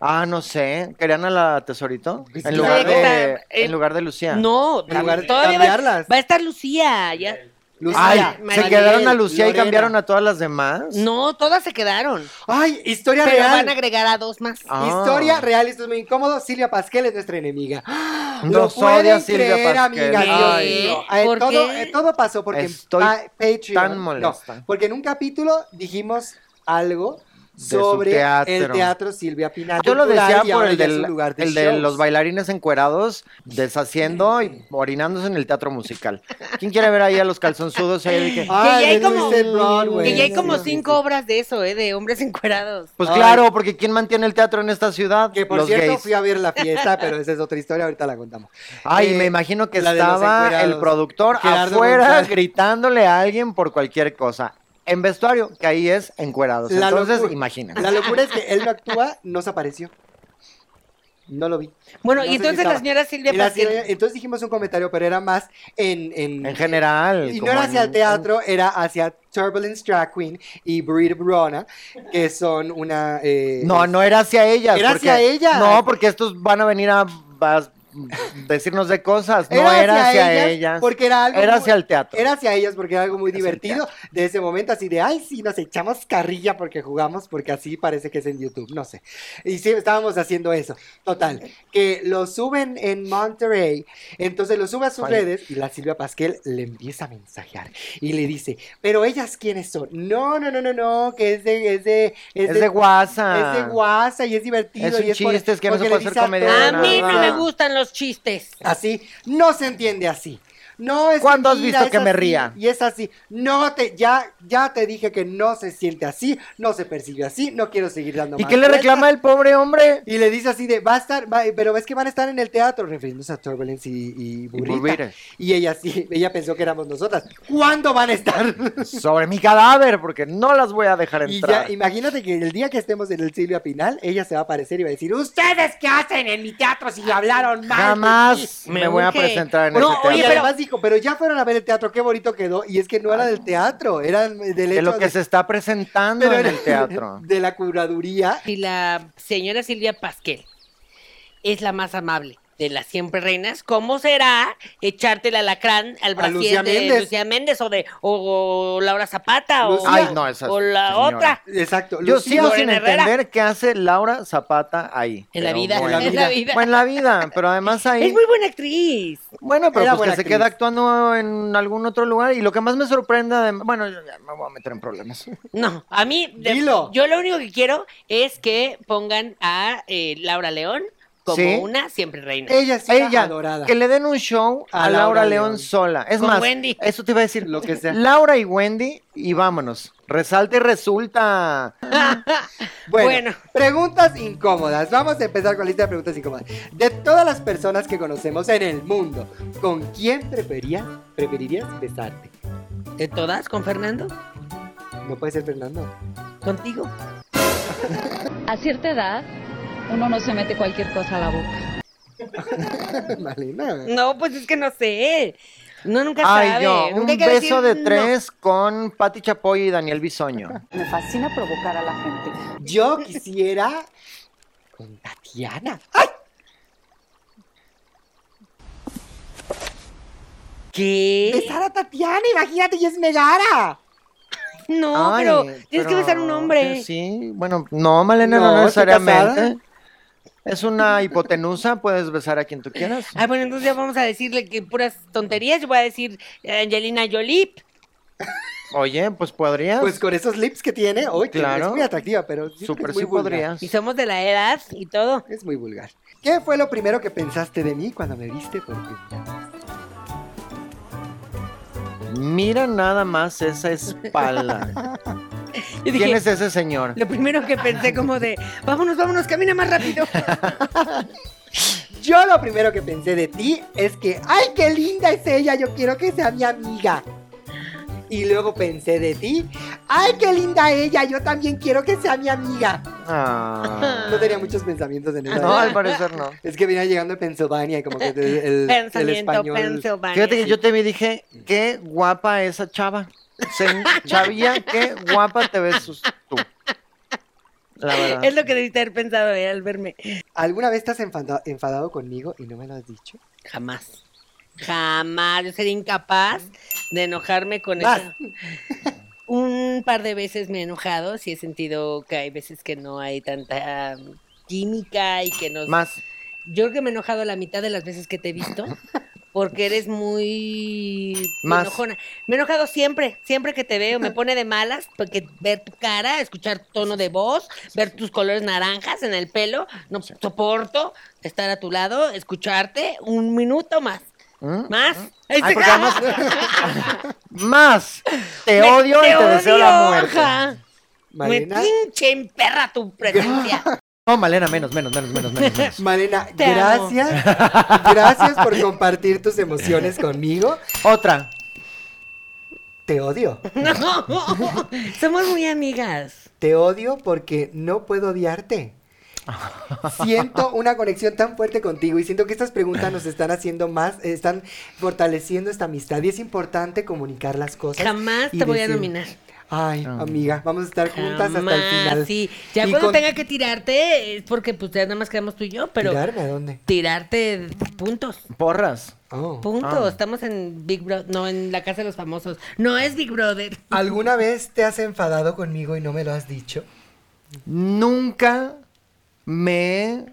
[SPEAKER 6] ah, no sé. ¿Querían a la tesorito?
[SPEAKER 5] Pues
[SPEAKER 6] En
[SPEAKER 5] sí. Oye,
[SPEAKER 6] lugar de,
[SPEAKER 3] está- eh,
[SPEAKER 6] en lugar de Lucía.
[SPEAKER 3] No,
[SPEAKER 5] En lugar de
[SPEAKER 3] todavía va,
[SPEAKER 5] cambiarlas.
[SPEAKER 3] va a estar Lucía. Ya.
[SPEAKER 6] Ay,
[SPEAKER 5] Lucía,
[SPEAKER 3] María
[SPEAKER 6] ¿se
[SPEAKER 5] Maribel,
[SPEAKER 6] quedaron a Lucía y
[SPEAKER 5] Lorena.
[SPEAKER 6] cambiaron a todas las demás?
[SPEAKER 3] No, todas se quedaron.
[SPEAKER 5] Ay, historia
[SPEAKER 3] Pero
[SPEAKER 5] real.
[SPEAKER 3] van a agregar a dos más.
[SPEAKER 6] Ah.
[SPEAKER 5] Historia real, esto es muy incómodo. Silvia Pasquel es nuestra enemiga.
[SPEAKER 6] Nos
[SPEAKER 5] Lo pueden
[SPEAKER 6] odia Silvia
[SPEAKER 5] creer,
[SPEAKER 6] Pasquel.
[SPEAKER 5] amigas, Dios
[SPEAKER 3] Ay,
[SPEAKER 5] mío.
[SPEAKER 3] no.
[SPEAKER 5] Eh,
[SPEAKER 3] ¿Por
[SPEAKER 5] todo,
[SPEAKER 3] qué?
[SPEAKER 5] eh, todo pasó porque en
[SPEAKER 6] Estoy
[SPEAKER 5] pa- Patreon-
[SPEAKER 6] tan
[SPEAKER 5] no,
[SPEAKER 6] molesta.
[SPEAKER 5] porque en un capítulo dijimos algo
[SPEAKER 6] su
[SPEAKER 5] sobre el
[SPEAKER 6] teatro.
[SPEAKER 5] teatro Silvia Pinal.
[SPEAKER 6] Yo lo
[SPEAKER 5] Cultural,
[SPEAKER 6] decía
[SPEAKER 5] y
[SPEAKER 6] por
[SPEAKER 5] ahora
[SPEAKER 6] el,
[SPEAKER 5] ya es
[SPEAKER 6] del-
[SPEAKER 5] un lugar de
[SPEAKER 6] el de
[SPEAKER 5] shows.
[SPEAKER 6] los bailarines encuerados deshaciendo y orinándose en el teatro musical. ¿Quién quiere ver ahí a los calzonzudos? Ahí de
[SPEAKER 3] Que
[SPEAKER 5] Ay,
[SPEAKER 6] que-
[SPEAKER 3] ya hay
[SPEAKER 5] de
[SPEAKER 3] como-
[SPEAKER 5] Twisted Broadway.
[SPEAKER 3] que ya hay
[SPEAKER 5] Sí,
[SPEAKER 3] como
[SPEAKER 5] sí,
[SPEAKER 3] cinco
[SPEAKER 5] sí.
[SPEAKER 3] obras de eso, ¿eh? De hombres encuerados.
[SPEAKER 6] Pues
[SPEAKER 5] Ay.
[SPEAKER 6] claro, porque ¿quién mantiene el teatro en esta ciudad?
[SPEAKER 5] Que por
[SPEAKER 6] los
[SPEAKER 5] cierto
[SPEAKER 6] gays.
[SPEAKER 5] fui a ver la fiesta, pero esa es otra historia, ahorita la contamos.
[SPEAKER 6] Ay,
[SPEAKER 5] Eh,
[SPEAKER 6] me imagino que
[SPEAKER 5] la de los
[SPEAKER 6] estaba el
[SPEAKER 5] encuerados.
[SPEAKER 6] productor
[SPEAKER 5] Gerardo
[SPEAKER 6] afuera
[SPEAKER 5] González.
[SPEAKER 6] gritándole a alguien por cualquier cosa. En vestuario, que ahí es encuerados.
[SPEAKER 5] La
[SPEAKER 6] Entonces,
[SPEAKER 5] locura-
[SPEAKER 6] imagínate.
[SPEAKER 5] La locura es que él no actúa, no se apareció. No lo vi.
[SPEAKER 3] Bueno,
[SPEAKER 5] No
[SPEAKER 3] y
[SPEAKER 5] sé si
[SPEAKER 3] entonces
[SPEAKER 5] estaba.
[SPEAKER 3] la señora Silvia
[SPEAKER 5] Y la
[SPEAKER 3] Pasquel-
[SPEAKER 5] señora- entonces dijimos un comentario, pero era más en... en,
[SPEAKER 6] En general.
[SPEAKER 5] y no
[SPEAKER 6] como
[SPEAKER 5] era hacia
[SPEAKER 6] en-
[SPEAKER 5] el teatro, era hacia Turbulence Drag Queen y Breed Brona, que son una... eh,
[SPEAKER 6] No, no era hacia ellas.
[SPEAKER 5] Era hacia ellas.
[SPEAKER 6] No, porque estos van a venir a, a decirnos de cosas. No
[SPEAKER 5] Era
[SPEAKER 6] era, hacia, ellas,
[SPEAKER 5] Porque era algo...
[SPEAKER 6] Era
[SPEAKER 5] muy-
[SPEAKER 6] hacia el teatro.
[SPEAKER 5] Era hacia ellas porque era algo muy
[SPEAKER 6] Hacia el
[SPEAKER 5] divertido de ese momento, así de, ay, sí, nos echamos carrilla porque jugamos, porque así parece que es en YouTube, no sé. Y sí, estábamos haciendo eso. Total, que lo suben en Monterrey, entonces lo sube a sus
[SPEAKER 6] Vale.
[SPEAKER 5] redes y la Silvia Pasquel le empieza a mensajear y le dice, pero ellas quiénes son? No, no, no, no, no, que es de... Es de,
[SPEAKER 6] Es de guasa.
[SPEAKER 5] es de guasa y es divertido.
[SPEAKER 6] Es un
[SPEAKER 5] y por-
[SPEAKER 6] chiste, es que no se
[SPEAKER 5] porque
[SPEAKER 6] puede
[SPEAKER 5] le
[SPEAKER 6] hacer
[SPEAKER 5] dice a
[SPEAKER 6] comedia
[SPEAKER 5] todos-
[SPEAKER 3] A
[SPEAKER 6] de
[SPEAKER 3] mí no
[SPEAKER 6] nada.
[SPEAKER 3] me gustan los chistes.
[SPEAKER 5] así, no se entiende así. No es
[SPEAKER 6] ¿Cuándo has visto
[SPEAKER 5] es
[SPEAKER 6] que me
[SPEAKER 5] así,
[SPEAKER 6] ría?
[SPEAKER 5] Y es así. No te, ya, ya te dije que no se siente así, no se percibe así, no quiero seguir dando
[SPEAKER 6] ¿Y
[SPEAKER 5] más
[SPEAKER 6] qué le
[SPEAKER 5] vueltas.
[SPEAKER 6] reclama el pobre hombre?
[SPEAKER 5] Y le dice así de, va a estar, va- pero es que van a estar en el teatro, refiriéndose a Turbulence y, y Burita.
[SPEAKER 6] Burbita.
[SPEAKER 5] Y ella sí, ella pensó que éramos nosotras. ¿Cuándo van a estar?
[SPEAKER 6] Sobre mi cadáver, porque no las voy a dejar
[SPEAKER 5] Y
[SPEAKER 6] entrar.
[SPEAKER 5] ya, imagínate que el día que estemos en el Silvia Pinal, ella se va a aparecer y va a decir, ¿ustedes qué hacen en mi teatro si hablaron mal? de mí?"
[SPEAKER 6] Jamás me,
[SPEAKER 3] Me
[SPEAKER 6] voy a
[SPEAKER 3] urge.
[SPEAKER 6] presentar en
[SPEAKER 3] No,
[SPEAKER 6] ese teatro.
[SPEAKER 3] oye,
[SPEAKER 5] y
[SPEAKER 3] pero-
[SPEAKER 5] además dijo, pero ya fueron a ver el teatro, qué bonito quedó. Y es que no era del teatro, era del
[SPEAKER 6] de
[SPEAKER 5] hecho
[SPEAKER 6] lo que
[SPEAKER 5] de-
[SPEAKER 6] se está presentando
[SPEAKER 5] pero
[SPEAKER 6] en
[SPEAKER 5] era
[SPEAKER 6] el teatro.
[SPEAKER 5] De la curaduría.
[SPEAKER 3] Y la señora Silvia Pasquel es la más amable. de las siempre reinas, ¿cómo será echarte el alacrán al
[SPEAKER 5] A Lucía
[SPEAKER 3] brasier de
[SPEAKER 5] Méndez.
[SPEAKER 3] Lucía Méndez o de o, o Laura Zapata o,
[SPEAKER 5] Lucía.
[SPEAKER 6] Ay, no, esa
[SPEAKER 3] o la
[SPEAKER 6] señora.
[SPEAKER 3] otra?
[SPEAKER 5] Exacto.
[SPEAKER 6] Yo
[SPEAKER 5] Lucía,
[SPEAKER 6] sigo
[SPEAKER 3] Lorena
[SPEAKER 6] sin
[SPEAKER 3] Herrera.
[SPEAKER 6] entender qué hace Laura Zapata ahí.
[SPEAKER 3] En la
[SPEAKER 6] Pero
[SPEAKER 3] vida,
[SPEAKER 6] bueno.
[SPEAKER 3] en la vida.
[SPEAKER 6] Bueno, en la vida, pero además ahí.
[SPEAKER 3] Es muy buena actriz.
[SPEAKER 6] Bueno, pero
[SPEAKER 5] Era
[SPEAKER 6] pues que
[SPEAKER 5] buena
[SPEAKER 6] se
[SPEAKER 5] actriz.
[SPEAKER 6] queda actuando en algún otro lugar. Y lo que más me sorprende, adem- bueno, yo ya me voy a meter en problemas.
[SPEAKER 3] No, a mí, de-
[SPEAKER 5] Dilo.
[SPEAKER 3] yo lo único que quiero es que pongan a eh, Laura León como
[SPEAKER 6] Sí.
[SPEAKER 3] una siempre reina.
[SPEAKER 5] Ella es
[SPEAKER 6] Ella,
[SPEAKER 5] adorada.
[SPEAKER 6] que le den un show a, Laura, León, sola. Es
[SPEAKER 3] Con
[SPEAKER 6] más,
[SPEAKER 3] Wendy.
[SPEAKER 6] eso te iba a decir.
[SPEAKER 5] Lo que sea.
[SPEAKER 6] Laura y Wendy, y vámonos. Resalta y resulta.
[SPEAKER 5] Bueno,
[SPEAKER 3] Bueno.
[SPEAKER 5] preguntas incómodas. Vamos a empezar con la lista de preguntas incómodas. De todas las personas que conocemos en el mundo, ¿con quién preferías, preferirías besarte?
[SPEAKER 3] ¿De todas? ¿Con Fernando?
[SPEAKER 5] No puede ser Fernando.
[SPEAKER 3] ¿Contigo?
[SPEAKER 9] A cierta edad, uno no se mete cualquier cosa a la boca.
[SPEAKER 5] Malena.
[SPEAKER 3] No, pues es que no sé. No, nunca
[SPEAKER 6] Ay,
[SPEAKER 3] sabe.
[SPEAKER 6] yo,
[SPEAKER 3] Nunca
[SPEAKER 6] un
[SPEAKER 3] hay que
[SPEAKER 6] beso
[SPEAKER 3] decir
[SPEAKER 6] de
[SPEAKER 3] no.
[SPEAKER 6] tres con Pati Chapoy y Daniel Bisoño.
[SPEAKER 9] Me fascina provocar a la gente.
[SPEAKER 5] Yo quisiera con Tatiana. ¡Ay!
[SPEAKER 3] ¿Qué?
[SPEAKER 5] Besar a Tatiana, imagínate, y es Megara.
[SPEAKER 3] No,
[SPEAKER 6] Ay,
[SPEAKER 3] pero tienes que besar a un hombre.
[SPEAKER 6] Sí, bueno, no, Malena, no,
[SPEAKER 5] No, ¿estoy
[SPEAKER 6] necesariamente. Es una hipotenusa, puedes besar a quien tú quieras.
[SPEAKER 3] Ah, bueno, entonces ya vamos a decirle que puras tonterías. Yo voy a decir eh, Angelina Jolie.
[SPEAKER 6] Oye, pues podrías.
[SPEAKER 5] Pues con esos lips que tiene, hoy
[SPEAKER 6] Claro.
[SPEAKER 5] es muy atractiva, pero siento que
[SPEAKER 6] Súper
[SPEAKER 5] es muy
[SPEAKER 6] sí
[SPEAKER 5] vulgar.
[SPEAKER 6] podrías.
[SPEAKER 3] Y somos de la edad y todo.
[SPEAKER 5] Es muy vulgar. ¿Qué fue lo primero que pensaste de mí cuando me viste por primera vez?
[SPEAKER 6] Mira nada más esa espalda.
[SPEAKER 3] Y
[SPEAKER 6] ¿Quién
[SPEAKER 3] dije,
[SPEAKER 6] es ese señor?
[SPEAKER 3] lo primero que pensé como de, vámonos, vámonos, camina más rápido.
[SPEAKER 5] Yo lo primero que pensé de ti es que, ¡ay, qué linda es ella! Yo quiero que sea mi amiga. Y luego pensé de ti, ¡ay, qué linda ella! Yo también quiero que sea mi amiga.
[SPEAKER 6] Ah.
[SPEAKER 5] No tenía muchos pensamientos en esa
[SPEAKER 6] No,
[SPEAKER 5] edad.
[SPEAKER 6] al parecer no.
[SPEAKER 5] Es que venía llegando de Pensilvania y como que el, el- el
[SPEAKER 3] Pensamiento,
[SPEAKER 5] español...
[SPEAKER 3] Pensilvania.
[SPEAKER 6] Fíjate que yo te vi y dije, qué guapa esa chava. Se- Chavilla, qué guapa te ves sus- tú. La verdad.
[SPEAKER 3] Es lo que debiste haber pensado eh, al verme.
[SPEAKER 5] ¿Alguna vez estás enfadado, enfadado conmigo y no me lo has dicho?
[SPEAKER 3] Jamás. Jamás. Yo sería incapaz de enojarme con
[SPEAKER 5] Vas.
[SPEAKER 3] esa. Un par de veces me he enojado, sí he sentido que hay veces que no hay tanta um, química y que no...
[SPEAKER 6] Más.
[SPEAKER 3] Yo creo que me he enojado la mitad de las veces que te he visto, porque eres muy
[SPEAKER 6] Más.
[SPEAKER 3] enojona. Me he enojado siempre, siempre que te veo, me pone de malas, porque ver tu cara, escuchar tu tono de voz, ver tus colores naranjas en el pelo, no pues, soporto estar a tu lado, escucharte un minuto más.
[SPEAKER 6] ¿Mm?
[SPEAKER 3] Más.
[SPEAKER 6] Ay, porque además- Más. Te odio y te deseo la
[SPEAKER 3] odio,
[SPEAKER 6] muerte.
[SPEAKER 3] ajá. Me
[SPEAKER 5] Malena,
[SPEAKER 3] pinche emperra tu presencia.
[SPEAKER 6] No, Malena, menos, menos, menos, menos, menos. menos.
[SPEAKER 5] Malena,
[SPEAKER 3] Te amo.
[SPEAKER 5] gracias. Gracias por compartir tus emociones conmigo.
[SPEAKER 6] Otra.
[SPEAKER 5] Te odio.
[SPEAKER 3] no. Somos muy amigas.
[SPEAKER 5] Te odio porque no puedo odiarte. Siento una conexión tan fuerte contigo y siento que estas preguntas nos están haciendo más, eh, están fortaleciendo esta amistad y es importante comunicar las cosas.
[SPEAKER 3] Jamás
[SPEAKER 5] y
[SPEAKER 3] te voy a
[SPEAKER 5] decir,
[SPEAKER 3] nominar.
[SPEAKER 5] Ay, amiga, vamos a estar juntas hasta el
[SPEAKER 3] Jamás,
[SPEAKER 5] final.
[SPEAKER 3] sí. Ya
[SPEAKER 5] Y
[SPEAKER 3] cuando
[SPEAKER 5] con-
[SPEAKER 3] tenga que tirarte es porque pues ya nada más quedamos tú y yo, pero
[SPEAKER 5] ¿Tirarme a dónde?
[SPEAKER 3] tirarte puntos.
[SPEAKER 6] Porras.
[SPEAKER 5] Oh.
[SPEAKER 3] Puntos. Estamos en Big Brother, no en la casa de los famosos. No es Big Brother.
[SPEAKER 5] ¿Alguna vez te has enfadado conmigo y no me lo has dicho?
[SPEAKER 6] Nunca me he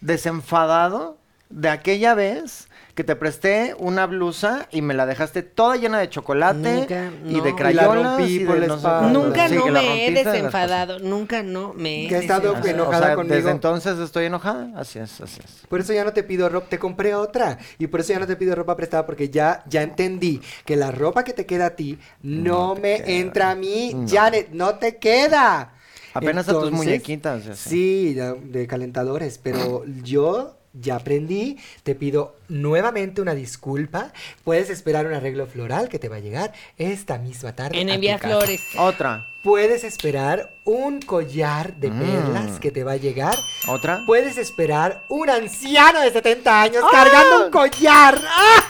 [SPEAKER 6] desenfadado de aquella vez que te presté una blusa y me la dejaste toda llena de chocolate
[SPEAKER 3] Nunca,
[SPEAKER 6] y de
[SPEAKER 3] no.
[SPEAKER 5] Y la
[SPEAKER 6] crayolas
[SPEAKER 5] rompí
[SPEAKER 6] y
[SPEAKER 5] por
[SPEAKER 6] de
[SPEAKER 5] la
[SPEAKER 6] no sé
[SPEAKER 5] espalda.
[SPEAKER 6] cuántas.
[SPEAKER 3] Nunca
[SPEAKER 6] Sí,
[SPEAKER 3] no
[SPEAKER 6] que la
[SPEAKER 3] me he
[SPEAKER 6] rompiste de las
[SPEAKER 3] desenfadado, nunca no me he
[SPEAKER 5] Que he estado
[SPEAKER 6] cosas.
[SPEAKER 3] desenfadado.
[SPEAKER 5] enojada
[SPEAKER 6] o sea,
[SPEAKER 5] conmigo.
[SPEAKER 6] Desde entonces estoy enojada. Así es, así es.
[SPEAKER 5] Por eso ya no te pido ropa, te compré otra. Y por eso ya no te pido ropa prestada, porque ya, ya entendí que la ropa que te queda a ti no, me entra a mí, Janet, no te queda.
[SPEAKER 6] Apenas a tus
[SPEAKER 5] Entonces,
[SPEAKER 6] muñequitas, y así.
[SPEAKER 5] Sí, ya, de calentadores, pero yo ya aprendí, te pido nuevamente una disculpa. Puedes esperar un arreglo floral que te va a llegar esta misma tarde.
[SPEAKER 3] En
[SPEAKER 5] a tu
[SPEAKER 3] Envía
[SPEAKER 5] casa. Oh.
[SPEAKER 3] Flores.
[SPEAKER 6] Otra,
[SPEAKER 5] Puedes esperar un collar
[SPEAKER 6] Mm.
[SPEAKER 5] de perlas que te va a llegar.
[SPEAKER 6] otra.
[SPEAKER 5] Puedes esperar un anciano de 70 años cargando un collar. ¡Ah!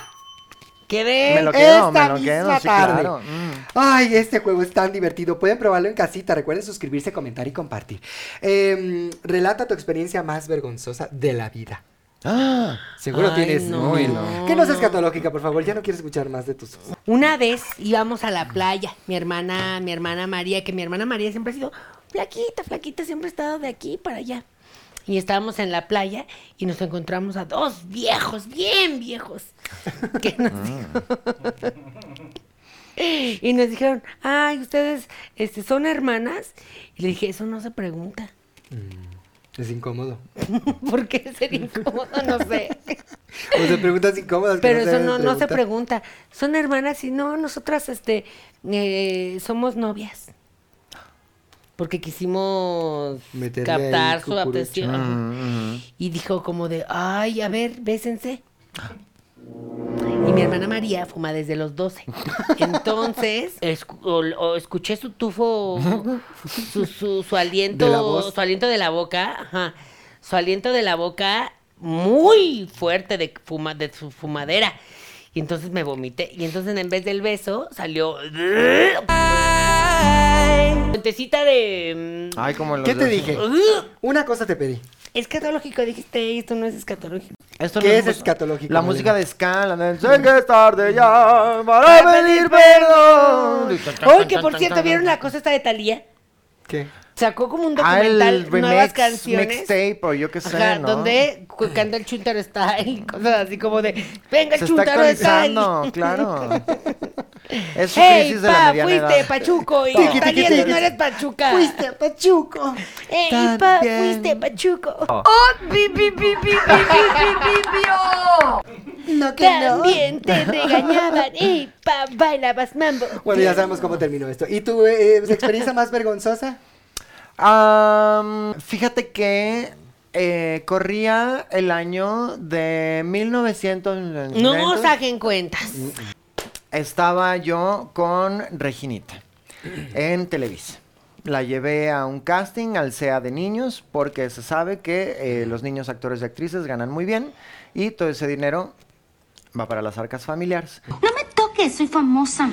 [SPEAKER 3] ¿Qué de?
[SPEAKER 6] me lo
[SPEAKER 5] Eh, esta
[SPEAKER 6] quedo, me lo
[SPEAKER 5] misma
[SPEAKER 6] quedo. Sí,
[SPEAKER 5] tarde.
[SPEAKER 6] claro. Mm.
[SPEAKER 5] Ay, este juego es tan divertido. Pueden probarlo en casita. Recuerden suscribirse, comentar y compartir. Em, relata tu experiencia más vergonzosa de la vida. Seguro
[SPEAKER 3] Ay,
[SPEAKER 5] tienes.
[SPEAKER 3] no.
[SPEAKER 5] Uy, no. Que no seas escatológica, por favor. Ya no quiero escuchar más de tus.
[SPEAKER 3] Una vez íbamos a la playa, mi hermana, mi hermana María, que mi hermana María siempre ha sido flaquita, flaquita, siempre ha estado de aquí para allá. Y estábamos en la playa y nos encontramos a dos viejos, bien viejos, que nos dijo- y nos dijeron, ay, ustedes este, son hermanas. Y le dije, eso no se pregunta.
[SPEAKER 5] Es incómodo.
[SPEAKER 3] ¿Por qué sería incómodo? No sé.
[SPEAKER 5] O sea, preguntas incómodas. que
[SPEAKER 3] Pero
[SPEAKER 5] se
[SPEAKER 3] eso
[SPEAKER 5] deben
[SPEAKER 3] no, no se pregunta.
[SPEAKER 5] preguntar.
[SPEAKER 3] Son hermanas y no, nosotras este, eh, somos novias. Porque quisimos
[SPEAKER 5] Meterle ahí
[SPEAKER 3] captar su
[SPEAKER 5] cucurucho.
[SPEAKER 3] atención. Y dijo como de, ay, a ver, bésense. Y mi hermana María fuma desde los 12. Entonces, escu- o- o escuché su tufo, su, su- su aliento,
[SPEAKER 5] De la voz.
[SPEAKER 3] su aliento de la boca, ajá, su aliento de la boca muy fuerte de, fuma, de su fumadera. Y entonces me vomité. Y entonces en vez del beso salió... Fuentecita de... mm,
[SPEAKER 6] Ay, como los
[SPEAKER 5] ¿Qué te
[SPEAKER 6] de-
[SPEAKER 5] dije? Una cosa te pedí.
[SPEAKER 3] Escatológico, dijiste, esto no es escatológico.
[SPEAKER 6] Esto
[SPEAKER 5] ¿Qué es
[SPEAKER 6] música-
[SPEAKER 5] escatológico,
[SPEAKER 6] La
[SPEAKER 5] Malena?
[SPEAKER 6] música de Ska, la de Sé que es tarde ya para pedir perdón.
[SPEAKER 3] Oye, que por cierto, ¿vieron la cosa esta de Talía?
[SPEAKER 5] ¿Qué?
[SPEAKER 3] Sacó como un
[SPEAKER 6] Ah, el
[SPEAKER 3] documental, nuevas
[SPEAKER 6] remix-
[SPEAKER 3] canciones.
[SPEAKER 6] mixtape o yo qué sé,
[SPEAKER 3] Ajá,
[SPEAKER 6] ¿no?
[SPEAKER 3] donde cu- canta el chuntaro style, cosas así como de, venga
[SPEAKER 6] Se
[SPEAKER 3] el
[SPEAKER 6] está
[SPEAKER 3] chuntaro
[SPEAKER 6] actualizando,
[SPEAKER 3] style.
[SPEAKER 6] claro. Es su
[SPEAKER 3] Hey,
[SPEAKER 6] crisis de la
[SPEAKER 3] pa,
[SPEAKER 6] mediana
[SPEAKER 3] fuiste
[SPEAKER 6] edad.
[SPEAKER 3] Pachuco y
[SPEAKER 5] Tiqui, tiqui,
[SPEAKER 3] saliendo
[SPEAKER 5] tiqui.
[SPEAKER 3] no eres Pachuca.
[SPEAKER 5] Fuiste a Pachuco.
[SPEAKER 3] Hey, pa,
[SPEAKER 6] También.
[SPEAKER 3] fuiste Pachuco. Oh,
[SPEAKER 5] No, que
[SPEAKER 3] También te regañaban. Hey, pa, bailabas mambo.
[SPEAKER 5] Bueno, ya sabemos cómo terminó esto. ¿Y tu eh, experiencia más vergonzosa? mm,
[SPEAKER 6] Am, fíjate que eh, corría el año de 1900.
[SPEAKER 3] No saquen cuentas.
[SPEAKER 6] Estaba yo con Reginita en Televisa. La llevé a un casting al CEA de niños porque se sabe que eh, los niños actores y actrices ganan muy bien y todo ese dinero va para las arcas familiares.
[SPEAKER 10] No me toques, soy famosa.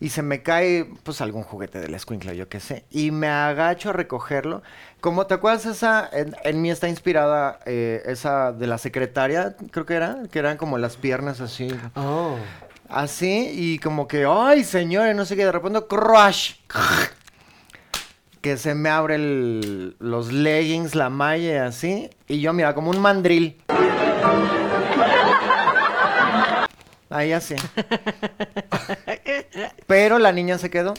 [SPEAKER 6] Y se me cae, pues, algún juguete del escuincla, yo qué sé. Y me agacho a recogerlo. Como te acuerdas, esa, en, en mí está inspirada eh, esa de la secretaria, creo que era, que eran como las piernas así.
[SPEAKER 5] Oh.
[SPEAKER 6] Así, y como que, ay, señores, no sé qué, de repente, crush. Que se me abre el- los leggings, la malla, así. Y yo, mira, como un mandril. Ahí así. Pero la niña se quedó.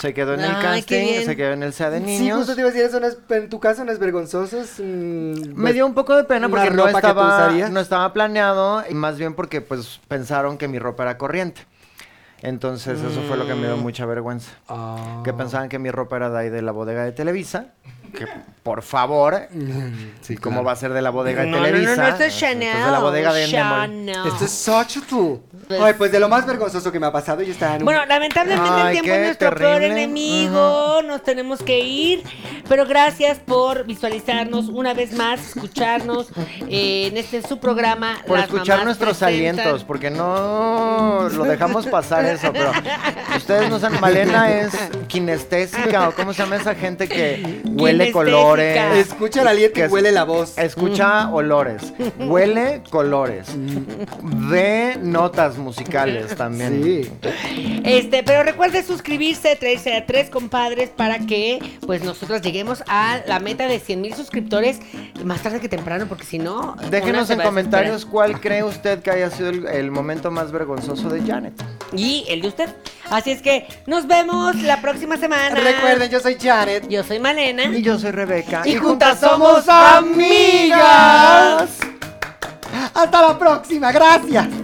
[SPEAKER 6] Se quedó en el
[SPEAKER 3] Ay, qué
[SPEAKER 6] casting,
[SPEAKER 3] bien.
[SPEAKER 6] se quedó en el sea de
[SPEAKER 5] Sí,
[SPEAKER 6] niños.
[SPEAKER 5] justo te iba a decir, eso no es- en tu caso no es vergonzoso. es, mm,
[SPEAKER 6] Me dio un poco de
[SPEAKER 5] la
[SPEAKER 6] pena porque no
[SPEAKER 5] ropa que tú
[SPEAKER 6] estaba,
[SPEAKER 5] usarías.
[SPEAKER 6] no estaba planeado y más bien porque pues pensaron que mi ropa era corriente. Entonces
[SPEAKER 2] Pues
[SPEAKER 6] eso fue lo que
[SPEAKER 5] mm,
[SPEAKER 6] me dio mucha vergüenza.
[SPEAKER 5] Ah.
[SPEAKER 6] Que pensaban que mi ropa era de ahí de la bodega de Televisa. Que por favor,
[SPEAKER 5] Sí,
[SPEAKER 6] ¿cómo
[SPEAKER 5] claro.
[SPEAKER 6] va a ser de la bodega de
[SPEAKER 3] No, no, no,
[SPEAKER 6] Televisa?
[SPEAKER 3] no, esto es
[SPEAKER 6] Pues,
[SPEAKER 3] Chanel.
[SPEAKER 6] de la bodega de Endemol.
[SPEAKER 3] Chanel.
[SPEAKER 5] Esto es Xochitl.
[SPEAKER 3] Pues-
[SPEAKER 5] Ay, pues de lo más vergonzoso que me ha pasado, yo estaba en un...
[SPEAKER 3] Bueno, lamentablemente el
[SPEAKER 6] Ay,
[SPEAKER 3] tiempo
[SPEAKER 6] qué
[SPEAKER 3] es nuestro peor
[SPEAKER 6] terrible.
[SPEAKER 3] enemigo. Nos tenemos que ir. Pero gracias por visualizarnos una vez más, escucharnos eh, en este su programa.
[SPEAKER 6] Por
[SPEAKER 3] Las
[SPEAKER 6] escuchar
[SPEAKER 3] Mamás
[SPEAKER 6] nuestros
[SPEAKER 3] Presentan.
[SPEAKER 6] alientos, porque no lo dejamos pasar eso, pero ustedes no saben, Malena es kinestésica o cómo se llama esa gente que huele
[SPEAKER 3] Kinestésica.
[SPEAKER 6] colores.
[SPEAKER 5] Escucha la lieta
[SPEAKER 6] que
[SPEAKER 5] y
[SPEAKER 6] es-
[SPEAKER 5] huele la voz.
[SPEAKER 6] Escucha olores, huele colores, ve notas musicales también.
[SPEAKER 5] Sí.
[SPEAKER 3] Este, pero recuerde suscribirse, traerse a tres compadres para que pues nosotros lleguemos a la meta de 100 mil suscriptores más tarde que temprano, porque si no. una
[SPEAKER 6] Déjenos
[SPEAKER 3] se
[SPEAKER 6] en
[SPEAKER 3] va a
[SPEAKER 6] comentarios cuál cree usted que haya sido el, el momento más vergonzoso de Janet.
[SPEAKER 3] desesperar. Y el de usted. Así es que nos vemos la próxima semana.
[SPEAKER 5] Recuerden, yo soy Janet.
[SPEAKER 3] Yo soy Malena.
[SPEAKER 6] Y yo soy Rebeca.
[SPEAKER 5] Y juntas somos amigas. Hasta la próxima, gracias.